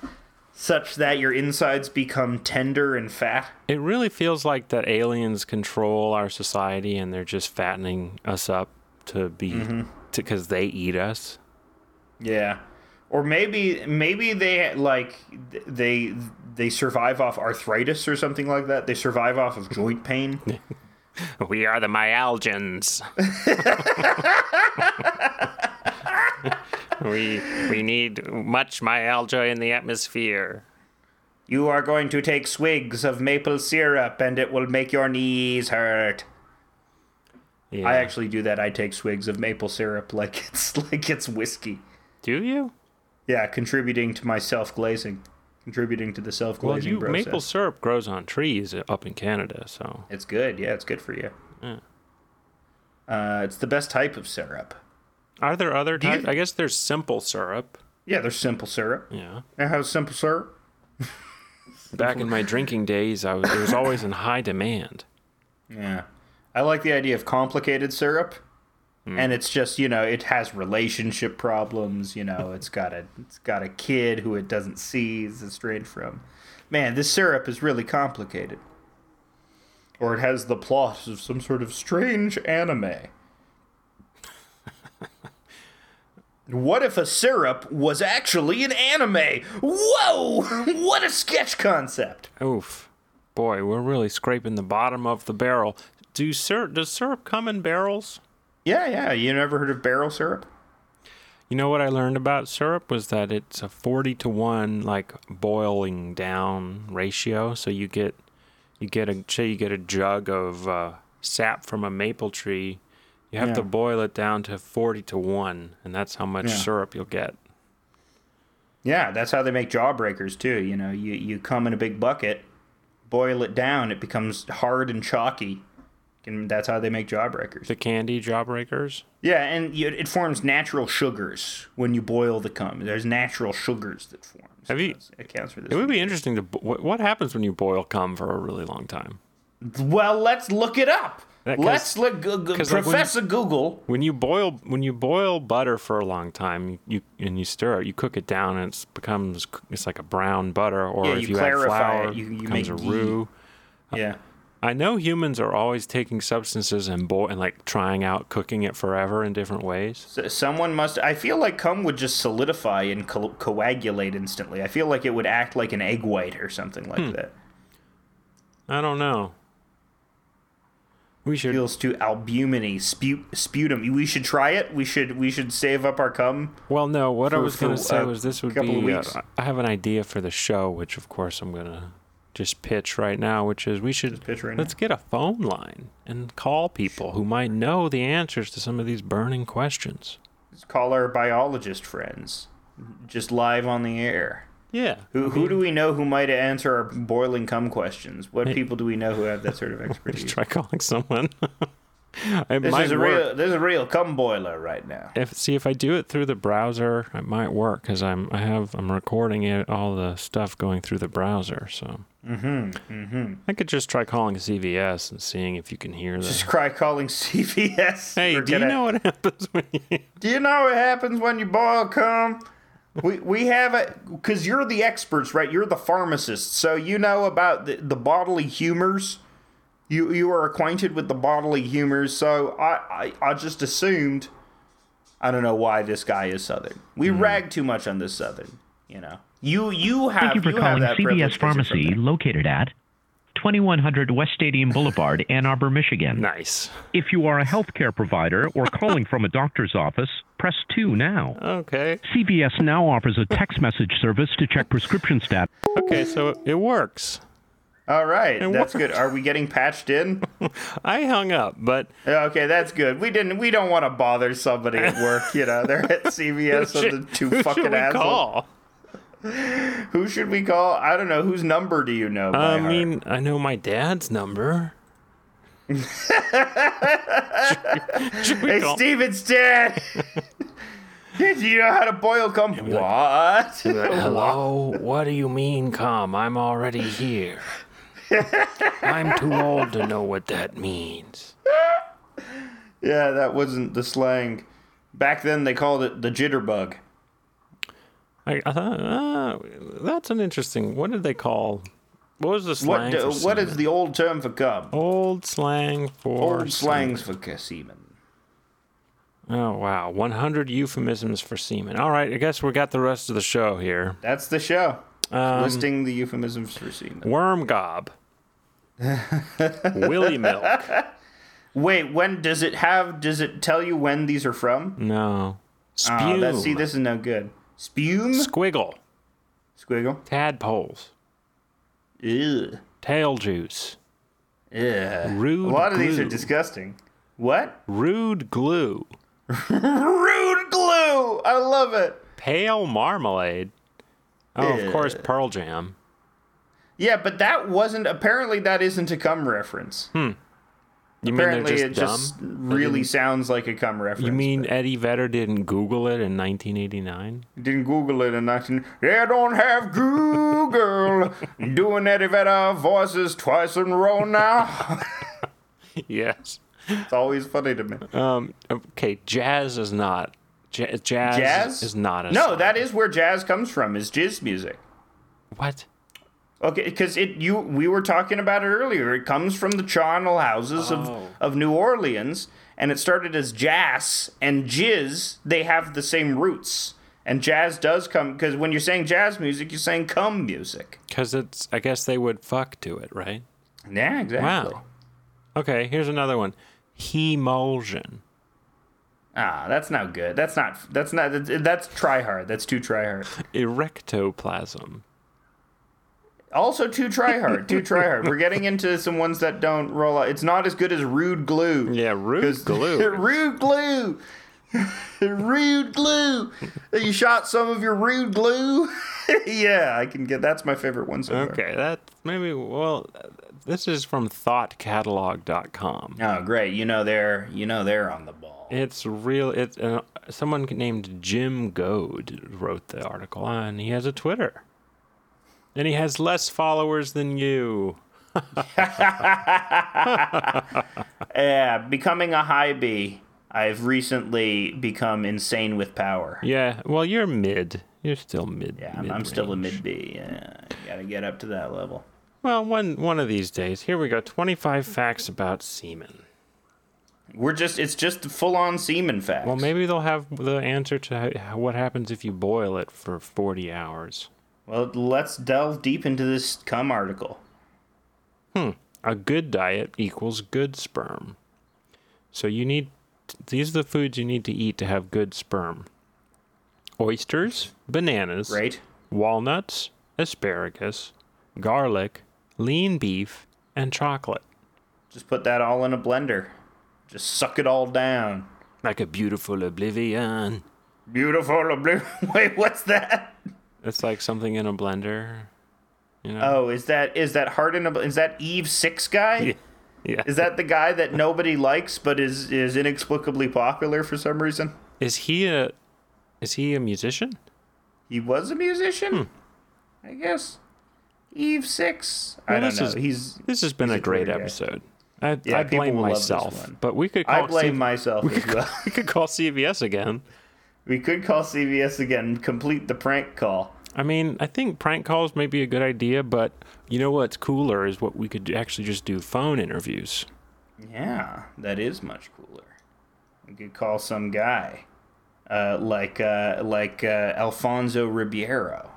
[SPEAKER 1] such that your insides become tender and fat.
[SPEAKER 2] It really feels like that aliens control our society and they're just fattening us up to be because they eat us.
[SPEAKER 1] Yeah. Or maybe maybe they like they they survive off arthritis or something like that. They survive off of joint pain.
[SPEAKER 2] We are the Myalgians. we we need much myalgia in the atmosphere.
[SPEAKER 1] You are going to take swigs of maple syrup, and it will make your knees hurt.
[SPEAKER 2] Yeah.
[SPEAKER 1] I actually do that. I take swigs of maple syrup like it's like it's whiskey.
[SPEAKER 2] do you?
[SPEAKER 1] Yeah, contributing to my self glazing, contributing to the self
[SPEAKER 2] Well,
[SPEAKER 1] glazing
[SPEAKER 2] you
[SPEAKER 1] process.
[SPEAKER 2] maple syrup grows on trees up in Canada, so
[SPEAKER 1] It's good. Yeah, it's good for you. Uh, it's the best type of syrup.
[SPEAKER 2] are there other
[SPEAKER 1] you-
[SPEAKER 2] types? I guess there's simple syrup.
[SPEAKER 1] Yeah, there's simple syrup.
[SPEAKER 2] Yeah.
[SPEAKER 1] Now, how's simple syrup?
[SPEAKER 2] Back in my drinking days, I was, it was always in high demand.
[SPEAKER 1] Yeah, I like the idea of complicated syrup. And it's just you know it has relationship problems. You know it's got a it's got a kid who it doesn't see is estranged from. Man, this syrup is really complicated. Or it has the plot of some sort of strange anime. What if a syrup was actually an anime? Whoa! What a sketch concept!
[SPEAKER 2] Oof, boy, we're really scraping the bottom of the barrel. Do syrup? Does syrup come in barrels?
[SPEAKER 1] Yeah, yeah. You never heard of barrel syrup?
[SPEAKER 2] You know what I learned about syrup was that it's a 40 to 1 like boiling down ratio so you get you get a say you get a jug of uh, sap from a maple tree you have to
[SPEAKER 1] Yeah.
[SPEAKER 2] boil it down to 40 to 1 and that's how much
[SPEAKER 1] Yeah.
[SPEAKER 2] syrup you'll get.
[SPEAKER 1] Yeah, that's how they make jawbreakers too. You know, you you come in a big bucket, boil it down, it becomes hard and chalky. and that's how they make jawbreakers.
[SPEAKER 2] The candy Jawbreakers.
[SPEAKER 1] Yeah, and you, it forms natural sugars when you boil the cum. There's natural sugars that form.
[SPEAKER 2] Have you-
[SPEAKER 1] that's- It counts for this.
[SPEAKER 2] It would be interesting to bo- what, what happens when you boil cum for a really long time.
[SPEAKER 1] well, let's look it up.
[SPEAKER 2] That- 'cause-
[SPEAKER 1] let's look. Google,
[SPEAKER 2] 'cause, like, when-
[SPEAKER 1] Professor Google.
[SPEAKER 2] When you boil when you boil butter for a long time, you and you stir it, you cook it down, and it becomes it's like a brown butter. Or
[SPEAKER 1] Yeah,
[SPEAKER 2] if
[SPEAKER 1] you
[SPEAKER 2] you, add
[SPEAKER 1] clarify
[SPEAKER 2] flour,
[SPEAKER 1] it, you- you
[SPEAKER 2] becomes
[SPEAKER 1] make
[SPEAKER 2] a
[SPEAKER 1] ghee.
[SPEAKER 2] roux.
[SPEAKER 1] Yeah.
[SPEAKER 2] I know humans are always taking substances and bo- and like trying out cooking it forever in different ways.
[SPEAKER 1] So someone must. I feel like cum would just solidify and co- coagulate instantly. I feel like it would act like an egg white or something
[SPEAKER 2] Hmm.
[SPEAKER 1] like that.
[SPEAKER 2] I don't know. We should
[SPEAKER 1] Feels to albuminy spu- sputum. We should try it. We should. We should save up our cum.
[SPEAKER 2] Well, no. What I
[SPEAKER 1] for-
[SPEAKER 2] was going
[SPEAKER 1] for,
[SPEAKER 2] to say
[SPEAKER 1] uh,
[SPEAKER 2] was this would
[SPEAKER 1] couple of
[SPEAKER 2] be. uh,
[SPEAKER 1] weeks.
[SPEAKER 2] I have an idea for the show, which of course I'm going to just pitch right now, which is we should
[SPEAKER 1] pitch right
[SPEAKER 2] let's get a phone line and call people who might know the answers to some of these burning questions.
[SPEAKER 1] Let's call our biologist friends, just live on the air.
[SPEAKER 2] Yeah.
[SPEAKER 1] Who, who do we know who might answer our boiling cum questions? What people do we know who have that sort of expertise?
[SPEAKER 2] Try calling someone. it
[SPEAKER 1] this
[SPEAKER 2] might
[SPEAKER 1] is a
[SPEAKER 2] work.
[SPEAKER 1] real this is a real cum boiler right now.
[SPEAKER 2] if see if I do it through the browser, it might work because I'm I have I'm recording it all the stuff going through the browser. So mm-hmm, mm-hmm. I could just try calling CVS and seeing if you can hear that.
[SPEAKER 1] Just cry calling CVS.
[SPEAKER 2] Hey,
[SPEAKER 1] We're
[SPEAKER 2] do you
[SPEAKER 1] gonna-
[SPEAKER 2] know what happens when you?
[SPEAKER 1] Do you know what happens when you boil cum? We, we have a because you're the experts, right? You're the pharmacist, so you know about the, the bodily humors. You you are acquainted with the bodily humors, so I, I I just assumed. I don't know why this guy is southern. We
[SPEAKER 4] Hmm.
[SPEAKER 1] rag too much on this southern, you know. You you have
[SPEAKER 4] Thank you for
[SPEAKER 1] have
[SPEAKER 4] calling
[SPEAKER 1] that privilege 'cause
[SPEAKER 4] CBS
[SPEAKER 1] you're from
[SPEAKER 4] Pharmacy,
[SPEAKER 1] there.
[SPEAKER 4] located at 2100 West Stadium Boulevard, Ann Arbor, Michigan.
[SPEAKER 2] Nice.
[SPEAKER 4] If you are a healthcare provider or calling from a doctor's office, press 2 now.
[SPEAKER 2] Okay.
[SPEAKER 4] CVS now offers a text message service to check prescription stat.
[SPEAKER 2] Okay, so it- it works.
[SPEAKER 1] All right, that's good. Are we getting patched in?
[SPEAKER 2] I hung up, but
[SPEAKER 1] Okay, that's good. We didn't. We don't want to bother somebody at work. You know, they're at CVS and the two
[SPEAKER 2] who
[SPEAKER 1] fucking
[SPEAKER 2] should we
[SPEAKER 1] assholes.
[SPEAKER 2] call?
[SPEAKER 1] Who should we call? I don't know. Whose number do you know? by
[SPEAKER 2] I
[SPEAKER 1] heart?
[SPEAKER 2] mean, I know my dad's number. should, should we
[SPEAKER 1] hey,
[SPEAKER 2] call?
[SPEAKER 1] Steven's dad. Did you know how to boil cum? What?
[SPEAKER 2] Hello. What do you mean, come? I'm already here. I'm too old to know what that means.
[SPEAKER 1] yeah, that wasn't the slang. Back then, they called it the jitterbug.
[SPEAKER 2] I, uh, uh, that's an interesting. What did they call? What was the
[SPEAKER 1] What?
[SPEAKER 2] slang?
[SPEAKER 1] Do,
[SPEAKER 2] for
[SPEAKER 1] what
[SPEAKER 2] semen?
[SPEAKER 1] is the old term for cum?
[SPEAKER 2] old slang for
[SPEAKER 1] Old slangs for c- semen.
[SPEAKER 2] Oh wow, 100 euphemisms for semen. All right, I guess we got the rest of the show here.
[SPEAKER 1] That's the show.
[SPEAKER 2] Um,
[SPEAKER 1] Listing the euphemisms for semen.
[SPEAKER 2] Worm gob, willy milk.
[SPEAKER 1] Wait, when does it have? Does it tell you when these are from?
[SPEAKER 2] No, spume,
[SPEAKER 1] Oh, that's, see, this is no good. Spume,
[SPEAKER 2] squiggle,
[SPEAKER 1] squiggle.
[SPEAKER 2] tadpoles,
[SPEAKER 1] Ew.
[SPEAKER 2] tail juice,
[SPEAKER 1] Yeah.
[SPEAKER 2] rude.
[SPEAKER 1] A lot of these are
[SPEAKER 2] glue.
[SPEAKER 1] disgusting. What?
[SPEAKER 2] rude glue,
[SPEAKER 1] Rude glue. I love it.
[SPEAKER 2] pale marmalade. Oh, of course, Pearl Jam.
[SPEAKER 1] Yeah, but that wasn't. Apparently, that isn't a cum reference.
[SPEAKER 2] You
[SPEAKER 1] Apparently,
[SPEAKER 2] mean Hmm. they're
[SPEAKER 1] it just
[SPEAKER 2] just dumb?
[SPEAKER 1] really sounds like a cum reference.
[SPEAKER 2] You mean Eddie Vedder didn't Google it in 1989?
[SPEAKER 1] Didn't Google it in 19. They don't have Google. Doing Eddie Vedder voices twice in a row now.
[SPEAKER 2] yes.
[SPEAKER 1] it's always funny to me.
[SPEAKER 2] Um. Okay. Jazz is not. J- jazz,
[SPEAKER 1] Jazz
[SPEAKER 2] is not a.
[SPEAKER 1] No,
[SPEAKER 2] song.
[SPEAKER 1] that is where jazz comes from. Is jazz music.
[SPEAKER 2] What?
[SPEAKER 1] Okay, because it you we were talking about it earlier. It comes from the charnel houses
[SPEAKER 2] Oh.
[SPEAKER 1] of of New Orleans, and it started as jazz and jizz. They have the same roots, and jazz does come because when you're saying jazz music, you're saying cum music.
[SPEAKER 2] Because it's. I guess they would fuck to it, right?
[SPEAKER 1] Yeah, exactly.
[SPEAKER 2] Wow. Okay. Here's another one. Hemulsion.
[SPEAKER 1] Ah, that's not good. That's not. That's not. That's, that's try hard. That's too try hard.
[SPEAKER 2] Erectoplasm.
[SPEAKER 1] Also too try hard. Too try hard. We're getting into some ones that don't roll out. It's not as good as rude glue.
[SPEAKER 2] Yeah. Rude
[SPEAKER 1] 'Cause-
[SPEAKER 2] glue.
[SPEAKER 1] rude glue. rude glue. that you shot some of your rude glue. yeah, I can get. That's my favorite one so far.
[SPEAKER 2] Okay, that maybe. Well, this is from thoughtcatalog.com.
[SPEAKER 1] Oh, great. You know they're you know they're on the ball.
[SPEAKER 2] It's real. It's uh, someone named Jim Goad wrote the article, and he has a Twitter, and he has less followers than you.
[SPEAKER 1] Yeah, becoming a high B. I've recently become insane with power.
[SPEAKER 2] Yeah, well, you're mid. You're still mid.
[SPEAKER 1] Yeah, I'm, I'm still a mid B. Yeah, gotta get up to that level.
[SPEAKER 2] Well, one one of these days. Here we go. 25 facts about semen.
[SPEAKER 1] We're just it's just full on semen facts.
[SPEAKER 2] Well, maybe they'll have the answer to h- what happens if you boil it for 40 hours.
[SPEAKER 1] Well, let's delve deep into this cum article.
[SPEAKER 2] A good diet equals good sperm. So you need these are the foods you need to eat to have good sperm. Oysters, bananas,
[SPEAKER 1] Right?
[SPEAKER 2] walnuts, asparagus, garlic, lean beef, and chocolate.
[SPEAKER 1] Just put that all in a blender. Just suck it all down.
[SPEAKER 2] Like a beautiful oblivion.
[SPEAKER 1] Beautiful. obli- Wait, what's that?
[SPEAKER 2] It's like something in a blender. You know?
[SPEAKER 1] Oh, is that is that Harden? Is that Eve Six guy?
[SPEAKER 2] Yeah. yeah.
[SPEAKER 1] Is that the guy that nobody likes but is is inexplicably popular for some reason?
[SPEAKER 2] Is he a is he a musician?
[SPEAKER 1] He was a musician, I guess. Eve Six. I
[SPEAKER 2] Hmm. Well,
[SPEAKER 1] don't
[SPEAKER 2] this
[SPEAKER 1] know.
[SPEAKER 2] is-
[SPEAKER 1] he's.
[SPEAKER 2] This has been
[SPEAKER 1] He's
[SPEAKER 2] a
[SPEAKER 1] a great
[SPEAKER 2] great
[SPEAKER 1] guy.
[SPEAKER 2] episode. I,
[SPEAKER 1] Yeah,
[SPEAKER 2] I
[SPEAKER 1] people
[SPEAKER 2] blame
[SPEAKER 1] will love this
[SPEAKER 2] myself,
[SPEAKER 1] one.
[SPEAKER 2] but we could
[SPEAKER 1] I
[SPEAKER 2] call
[SPEAKER 1] blame
[SPEAKER 2] C-
[SPEAKER 1] myself as well.
[SPEAKER 2] we could call CVS again.
[SPEAKER 1] we could call CVS again. Complete the prank call.
[SPEAKER 2] I mean, I think prank calls may be a good idea, but you know what's cooler is what we could actually just do phone interviews.
[SPEAKER 1] Yeah, that is much cooler. We could call some guy, uh, like uh, like uh, Alfonso Ribeiro,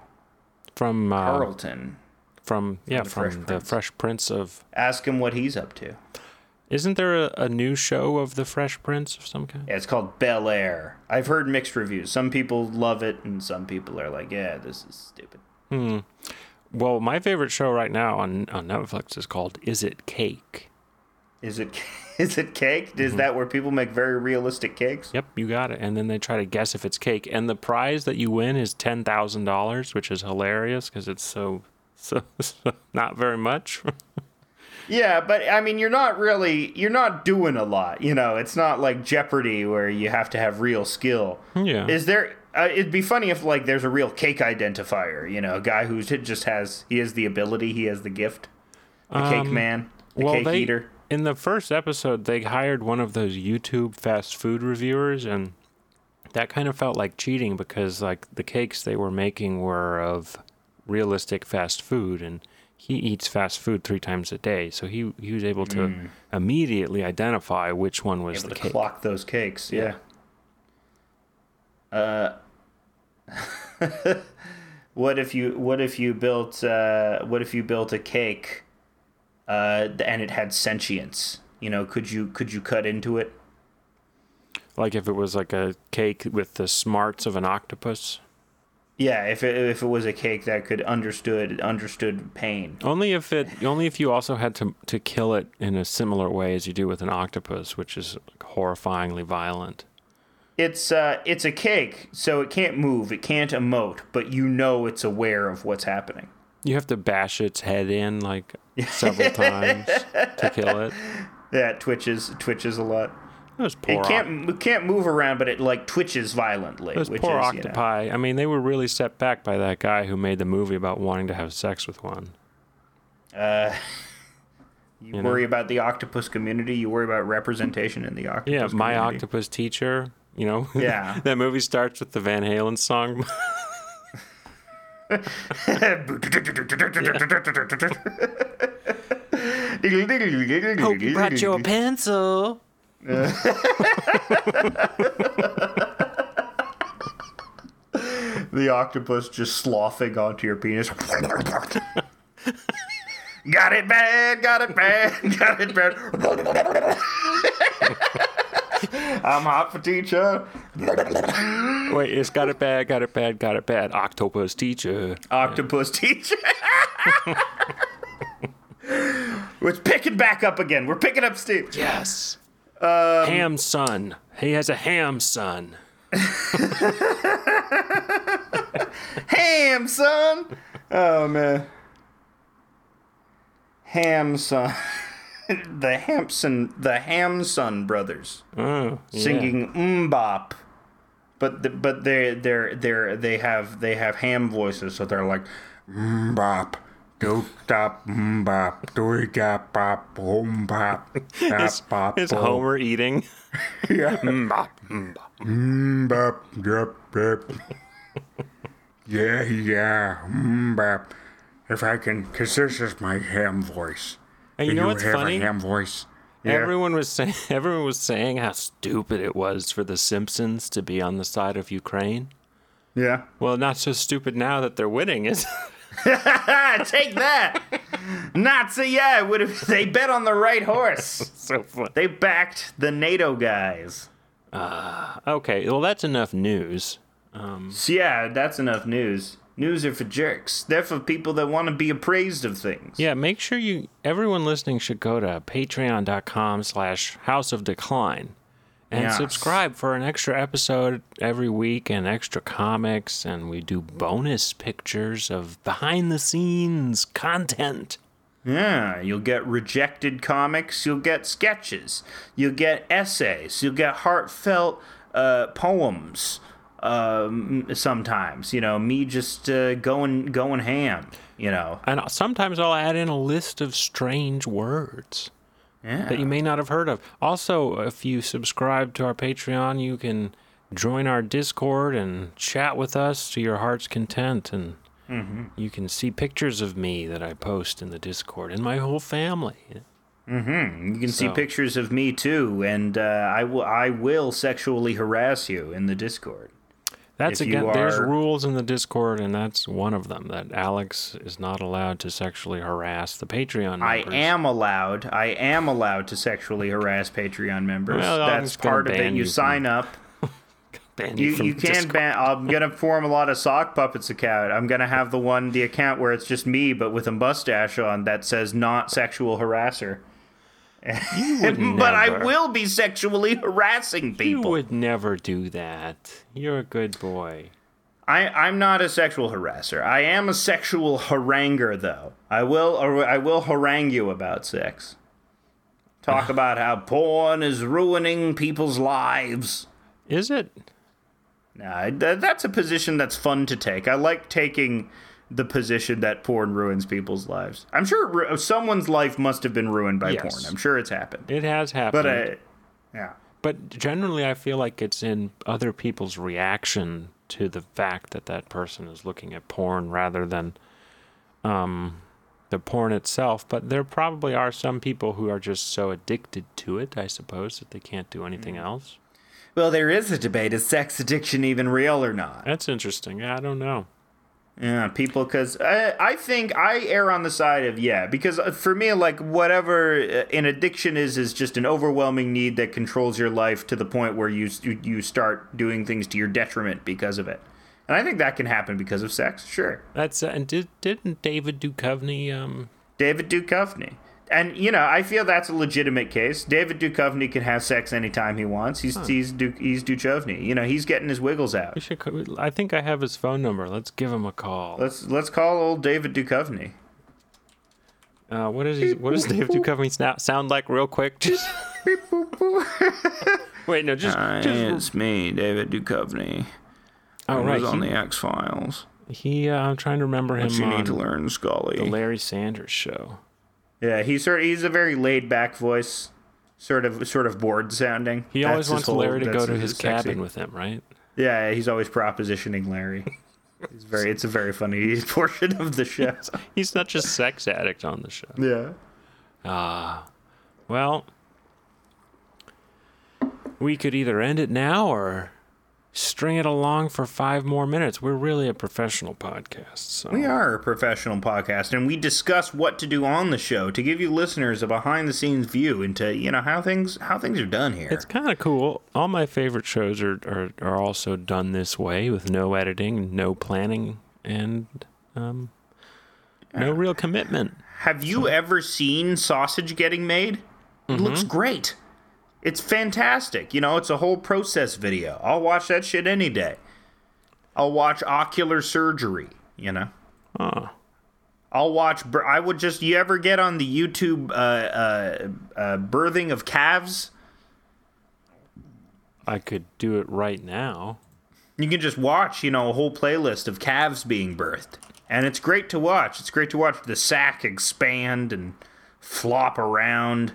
[SPEAKER 2] from uh,
[SPEAKER 1] Carlton.
[SPEAKER 2] from yeah
[SPEAKER 1] the
[SPEAKER 2] from
[SPEAKER 1] Fresh
[SPEAKER 2] the
[SPEAKER 1] Prince.
[SPEAKER 2] Fresh Prince of.
[SPEAKER 1] Ask him what he's up to.
[SPEAKER 2] Isn't there a, a new show of the Fresh Prince of some kind?
[SPEAKER 1] Yeah, it's called Bel Air. I've heard mixed reviews. Some people love it, and some people are like, "Yeah, this is stupid."
[SPEAKER 2] Well, my favorite show right now on on Netflix is called Is It Cake?
[SPEAKER 1] Is it is it cake? Is that where people make very realistic cakes?
[SPEAKER 2] Yep, you got it. And then they try to guess if it's cake, and the prize that you win is ten thousand dollars, which is hilarious because it's so so, so not very much.
[SPEAKER 1] Yeah, but I mean, you're not really you're not doing a lot. You know, it's not like Jeopardy where you have to have real skill.
[SPEAKER 2] Yeah.
[SPEAKER 1] Is there? Uh, it'd be funny if like there's a real cake identifier. You know, a guy who just has he has the ability, he has the gift, the cake man, the
[SPEAKER 2] Um, well,
[SPEAKER 1] cake
[SPEAKER 2] they
[SPEAKER 1] eater.
[SPEAKER 2] in the first episode they hired one of those YouTube fast food reviewers, and that kind of felt like cheating because like the cakes they were making were of realistic fast food, and he eats fast food three times a day, so he he was able to immediately identify which one was
[SPEAKER 1] Mm. able
[SPEAKER 2] the
[SPEAKER 1] to
[SPEAKER 2] cake.
[SPEAKER 1] clock those cakes. Yeah. Uh, what if you what if you built uh, what if you built a cake, uh, and it had sentience? You know, could you could you cut into it?
[SPEAKER 2] Like if it was like a cake with the smarts of an octopus.
[SPEAKER 1] Yeah, if it, if it was a cake that could understood understood pain.
[SPEAKER 2] Only if it only if you also had to to kill it in a similar way as you do with an octopus, which is horrifyingly violent.
[SPEAKER 1] It's uh, it's a cake, so it can't move, it can't emote, but you know it's aware of what's happening.
[SPEAKER 2] You have to bash its head in like several times to kill it.
[SPEAKER 1] That twitches twitches a lot.
[SPEAKER 2] Those poor
[SPEAKER 1] It can't it can't move around, but it like twitches violently.
[SPEAKER 2] those
[SPEAKER 1] which
[SPEAKER 2] poor
[SPEAKER 1] is, you know-
[SPEAKER 2] octopi. I mean, they were really set back by that guy who made the movie about wanting to have sex with one.
[SPEAKER 1] you worry about the octopus community. You worry about representation in the octopus.
[SPEAKER 2] Yeah, my
[SPEAKER 1] community.
[SPEAKER 2] octopus teacher. You know,
[SPEAKER 1] Yeah.
[SPEAKER 2] that movie starts with the Van Halen song.
[SPEAKER 1] Hope you brought your pencil. the octopus just sloughing onto your penis. got it bad, got it bad, got it bad. I'm hot for teacher.
[SPEAKER 2] Wait, it's got it bad, got it bad, got it bad. Octopus teacher.
[SPEAKER 1] Octopus teacher. We're picking back up again. We're picking up steam.
[SPEAKER 2] Yes. ham son. He has a ham son.
[SPEAKER 1] Ham, son. Oh man. Ham son. the Hampson, the Hamson brothers
[SPEAKER 2] Oh, yeah.
[SPEAKER 1] singing mbop. But the, but they they're they're they have they have ham voices, so they're like
[SPEAKER 3] Mbop. Do stop mbop. Do da bop. Boom bop. Da
[SPEAKER 2] Is,
[SPEAKER 3] bop.
[SPEAKER 2] is Homer eating? Mm, ah,
[SPEAKER 3] Mbop. Yup. Yup. Yeah, yeah. Mbop. If I can, because this is my ham voice.
[SPEAKER 2] And you
[SPEAKER 3] Do
[SPEAKER 2] know what's
[SPEAKER 3] have
[SPEAKER 2] funny?
[SPEAKER 3] A ham voice.
[SPEAKER 2] Everyone was saying everyone was saying how stupid it was for the Simpsons to be on the side of Ukraine.
[SPEAKER 1] yeah.
[SPEAKER 2] Well, not so stupid now that they're winning, is it?
[SPEAKER 1] Take that, Nazi! Yeah, would have they bet on the right horse?
[SPEAKER 2] so fun.
[SPEAKER 1] They backed the NATO guys.
[SPEAKER 2] Okay, well that's enough news.
[SPEAKER 1] So yeah, that's enough news. News are for jerks. They're for people that want to be appraised of things.
[SPEAKER 2] Yeah, make sure you everyone listening should go to patreon.com slash house of decline and
[SPEAKER 1] Yes.
[SPEAKER 2] subscribe for an extra episode every week and extra comics and we do bonus pictures of behind the scenes content.
[SPEAKER 1] Yeah, you'll get rejected comics, you'll get sketches, you'll get essays, you'll get heartfelt uh, poems. Um, sometimes, you know, me just uh, going going ham. You know,
[SPEAKER 2] And sometimes I'll add in a list of strange words that you may not have heard of. Also, if you subscribe to our Patreon, you can join our Discord and chat with us to your heart's content. And
[SPEAKER 1] Mm-hmm.
[SPEAKER 2] you can see pictures of me that I post in the Discord and my whole family.
[SPEAKER 1] you can see
[SPEAKER 2] So-
[SPEAKER 1] pictures of me too, and uh, I will I will sexually harass you in the Discord.
[SPEAKER 2] That's
[SPEAKER 1] If you
[SPEAKER 2] again, there's
[SPEAKER 1] are-
[SPEAKER 2] rules in the Discord, and that's one of them that Alex is not allowed to sexually harass the Patreon
[SPEAKER 1] I
[SPEAKER 2] members.
[SPEAKER 1] am allowed. I am allowed to sexually harass Patreon members.
[SPEAKER 2] Well, I'm
[SPEAKER 1] That's
[SPEAKER 2] just gonna
[SPEAKER 1] part of it.
[SPEAKER 2] ban
[SPEAKER 1] You
[SPEAKER 2] you from-
[SPEAKER 1] sign up.
[SPEAKER 2] Ban
[SPEAKER 1] You,
[SPEAKER 2] from
[SPEAKER 1] you
[SPEAKER 2] the
[SPEAKER 1] can
[SPEAKER 2] Discord.
[SPEAKER 1] ban. I'm gonna form a lot of sock puppets account. I'm gonna have the one the account where it's just me, but with a mustache on that says not sexual harasser. but I
[SPEAKER 2] never.
[SPEAKER 1] will be sexually harassing
[SPEAKER 2] You
[SPEAKER 1] people.
[SPEAKER 2] would never do that. You're a good boy.
[SPEAKER 1] I, I'm not a sexual harasser. I am a sexual haranguer, though. I will or I will harangue you about sex. Talk about how porn is ruining people's lives.
[SPEAKER 2] Is it?
[SPEAKER 1] Nah, th- that's a position that's fun to take. I like taking the position that porn ruins people's lives. I'm sure it ru- someone's life must have been ruined by
[SPEAKER 2] Yes.
[SPEAKER 1] porn. I'm sure it's happened.
[SPEAKER 2] It has happened.
[SPEAKER 1] But uh, yeah,
[SPEAKER 2] But generally, I feel like it's in other people's reaction to the fact that that person is looking at porn rather than um, the porn itself. But there probably are some people who are just so addicted to it, I suppose, that they can't do anything else.
[SPEAKER 1] well, there is a debate: is sex addiction even real or not?
[SPEAKER 2] That's interesting. Yeah, I don't know.
[SPEAKER 1] Yeah, people, because I, I think I err on the side of yeah, because uh, for me, like whatever uh, an addiction is, is just an overwhelming need that controls your life to the point where you s- you you start doing things to your detriment because of it, and I think that can happen because of sex. Sure,
[SPEAKER 2] That's uh, and did, didn't David Duchovny? Um,
[SPEAKER 1] David Duchovny, and you know I feel that's a legitimate case. David Duchovny can have sex anytime he wants. He's he's du, he's Duchovny. You know he's getting his wiggles
[SPEAKER 2] we
[SPEAKER 1] out.
[SPEAKER 2] should. co- I think I have his phone number. Let's give him a call.
[SPEAKER 1] Let's let's call old David Duchovny.
[SPEAKER 2] Uh, what is he, what does Dave Duchovny sna- sound like real quick? Just wait, no, just just
[SPEAKER 1] Uh, me, David Duchovny.
[SPEAKER 2] oh right. He,
[SPEAKER 1] the X Files.
[SPEAKER 2] he, uh, I'm trying to remember him on
[SPEAKER 1] learn,
[SPEAKER 2] the
[SPEAKER 1] Scully.
[SPEAKER 2] Larry Sanders show.
[SPEAKER 1] Yeah, he's sort. He's a very laid back voice, sort of sort of bored sounding.
[SPEAKER 2] He
[SPEAKER 1] That's
[SPEAKER 2] always
[SPEAKER 1] his
[SPEAKER 2] wants
[SPEAKER 1] whole-
[SPEAKER 2] Larry to
[SPEAKER 1] that's
[SPEAKER 2] go to his
[SPEAKER 1] sexy-
[SPEAKER 2] cabin with him, right?
[SPEAKER 1] Yeah, he's always propositioning Larry. It's very. It's a very funny portion of the show.
[SPEAKER 2] He's not just sex addict on the show.
[SPEAKER 1] yeah.
[SPEAKER 2] Well, we could either end it now or string it along for five more minutes. We're really a professional podcast, so
[SPEAKER 1] We are a professional podcast, and we discuss what to do on the show to give you listeners a behind the scenes view into you know how things how things are done here.
[SPEAKER 2] It's kind of cool. All my favorite shows are, are, are also done this way with no editing, no planning, and um, no real commitment.
[SPEAKER 1] Have you ever seen sausage getting made? It looks great. It's fantastic. You know, it's a whole process video. I'll watch that shit any day. I'll watch ocular surgery. You know.
[SPEAKER 2] Huh.
[SPEAKER 1] I'll watch. bir- I would just. You ever get on the YouTube uh, uh, uh, birthing of calves?
[SPEAKER 2] I could do it right now.
[SPEAKER 1] You can just watch, you know, a whole playlist of calves being birthed, and it's great to watch. It's great to watch the sack expand and flop around.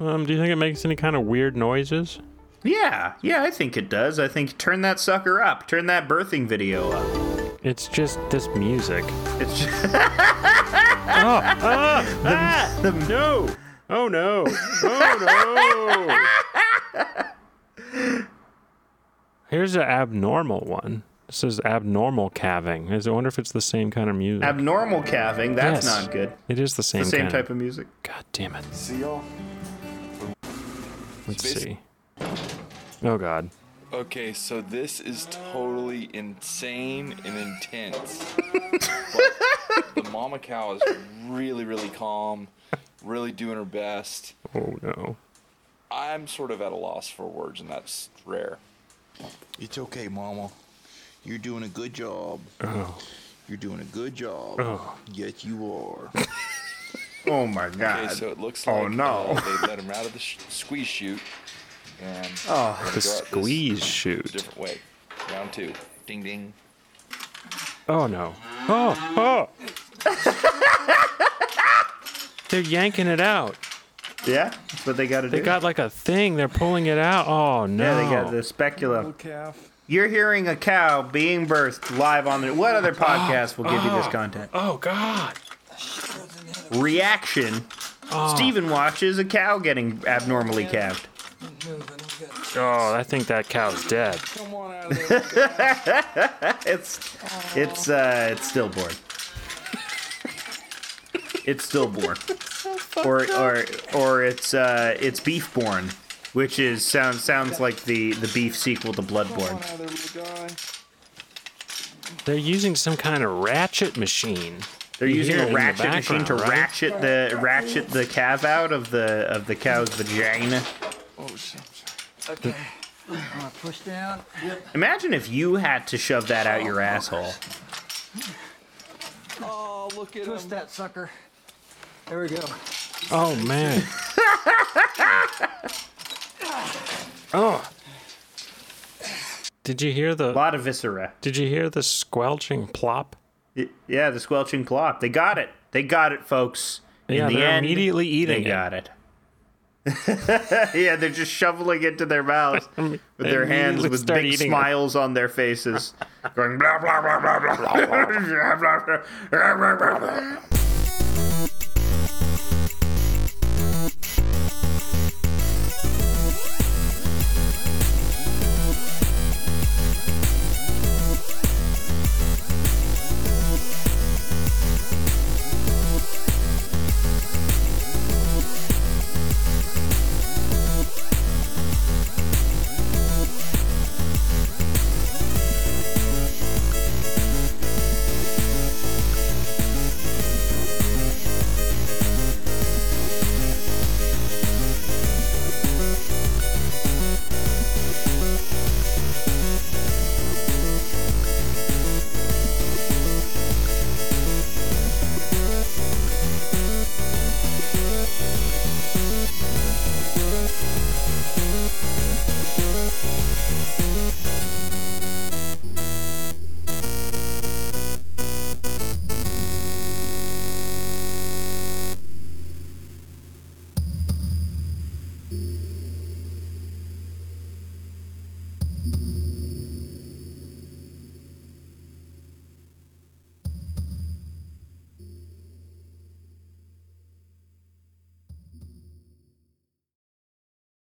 [SPEAKER 2] Um, do you think it makes any kind of weird noises?
[SPEAKER 1] Yeah, yeah, I think it does. I think turn that sucker up. Turn that birthing video up.
[SPEAKER 2] It's just this music. Oh.
[SPEAKER 1] It's just,
[SPEAKER 2] No! Oh no! Oh no! Here's an abnormal one. This is abnormal calving. Is- I wonder if it's the same kind of music.
[SPEAKER 1] abnormal calving. That's
[SPEAKER 2] Yes.
[SPEAKER 1] not good.
[SPEAKER 2] it is the same,
[SPEAKER 1] The same
[SPEAKER 2] kind
[SPEAKER 1] type of music.
[SPEAKER 2] God damn it.
[SPEAKER 5] See y'all?
[SPEAKER 2] Let's see.
[SPEAKER 5] basi-
[SPEAKER 2] Oh god.
[SPEAKER 5] Okay, so this is totally insane and intense. but the mama cow is really, really calm, really doing her best.
[SPEAKER 2] Oh no.
[SPEAKER 5] I'm sort of at a loss for words, and that's rare.
[SPEAKER 6] It's okay, Mama. You're doing a good job.
[SPEAKER 2] Oh.
[SPEAKER 6] You're doing a good job.
[SPEAKER 2] Oh.
[SPEAKER 6] Yes, you are.
[SPEAKER 1] Oh my god.
[SPEAKER 5] Okay, so it looks like
[SPEAKER 1] Oh, no.
[SPEAKER 5] uh, they let him out of the sh- squeeze chute, and
[SPEAKER 1] oh,
[SPEAKER 2] The
[SPEAKER 5] go out this
[SPEAKER 2] squeeze shoot.
[SPEAKER 5] different way. Round two, ding ding.
[SPEAKER 2] Oh no. Oh, oh. They're yanking it out.
[SPEAKER 1] yeah, that's what they got to do.
[SPEAKER 2] They got like a thing. They're pulling it out. Oh no.
[SPEAKER 1] yeah, they got the speculum.
[SPEAKER 5] calf.
[SPEAKER 1] You're hearing a cow being birthed live on the. What other podcast will give you this content?
[SPEAKER 2] Oh god.
[SPEAKER 1] Reaction. Steven watches a cow getting abnormally calved.
[SPEAKER 2] Oh, I think that cow's dead.
[SPEAKER 5] Come on out of there.
[SPEAKER 1] It's it's uh it's stillborn. it's stillborn. or or or it's uh it's beefborn, which is sounds sounds like the the beef sequel to Bloodborne.
[SPEAKER 5] out of there, little guy.
[SPEAKER 2] They're using some kind of ratchet machine.
[SPEAKER 1] They're
[SPEAKER 2] You
[SPEAKER 1] using
[SPEAKER 2] hear
[SPEAKER 1] a
[SPEAKER 2] it in the
[SPEAKER 1] ratchet machine to
[SPEAKER 2] background, right?
[SPEAKER 1] ratchet the ratchet the calf out of the of the cow's vagina.
[SPEAKER 5] Oh, shit.
[SPEAKER 7] Push down.
[SPEAKER 1] Imagine if you had to shove that out your asshole.
[SPEAKER 5] Oh, look at
[SPEAKER 7] Twist
[SPEAKER 5] him.
[SPEAKER 7] that sucker. There we go.
[SPEAKER 2] Oh man. oh. Did you hear
[SPEAKER 1] A
[SPEAKER 2] the
[SPEAKER 1] lot of viscera.
[SPEAKER 2] Did you hear the squelching plop?
[SPEAKER 1] Y- Yeah, the squelching plop. They got it. They got it, folks.
[SPEAKER 2] Yeah,
[SPEAKER 1] In the
[SPEAKER 2] they're
[SPEAKER 1] end,
[SPEAKER 2] immediately eating
[SPEAKER 1] They
[SPEAKER 2] it.
[SPEAKER 1] got it. yeah, they're just shoveling it to their mouths with their hands
[SPEAKER 2] immediately
[SPEAKER 1] with
[SPEAKER 2] start
[SPEAKER 1] big
[SPEAKER 2] eating it.
[SPEAKER 1] smiles on their faces, going blah blah blah blah blah blah blah blah. blah, blah, blah.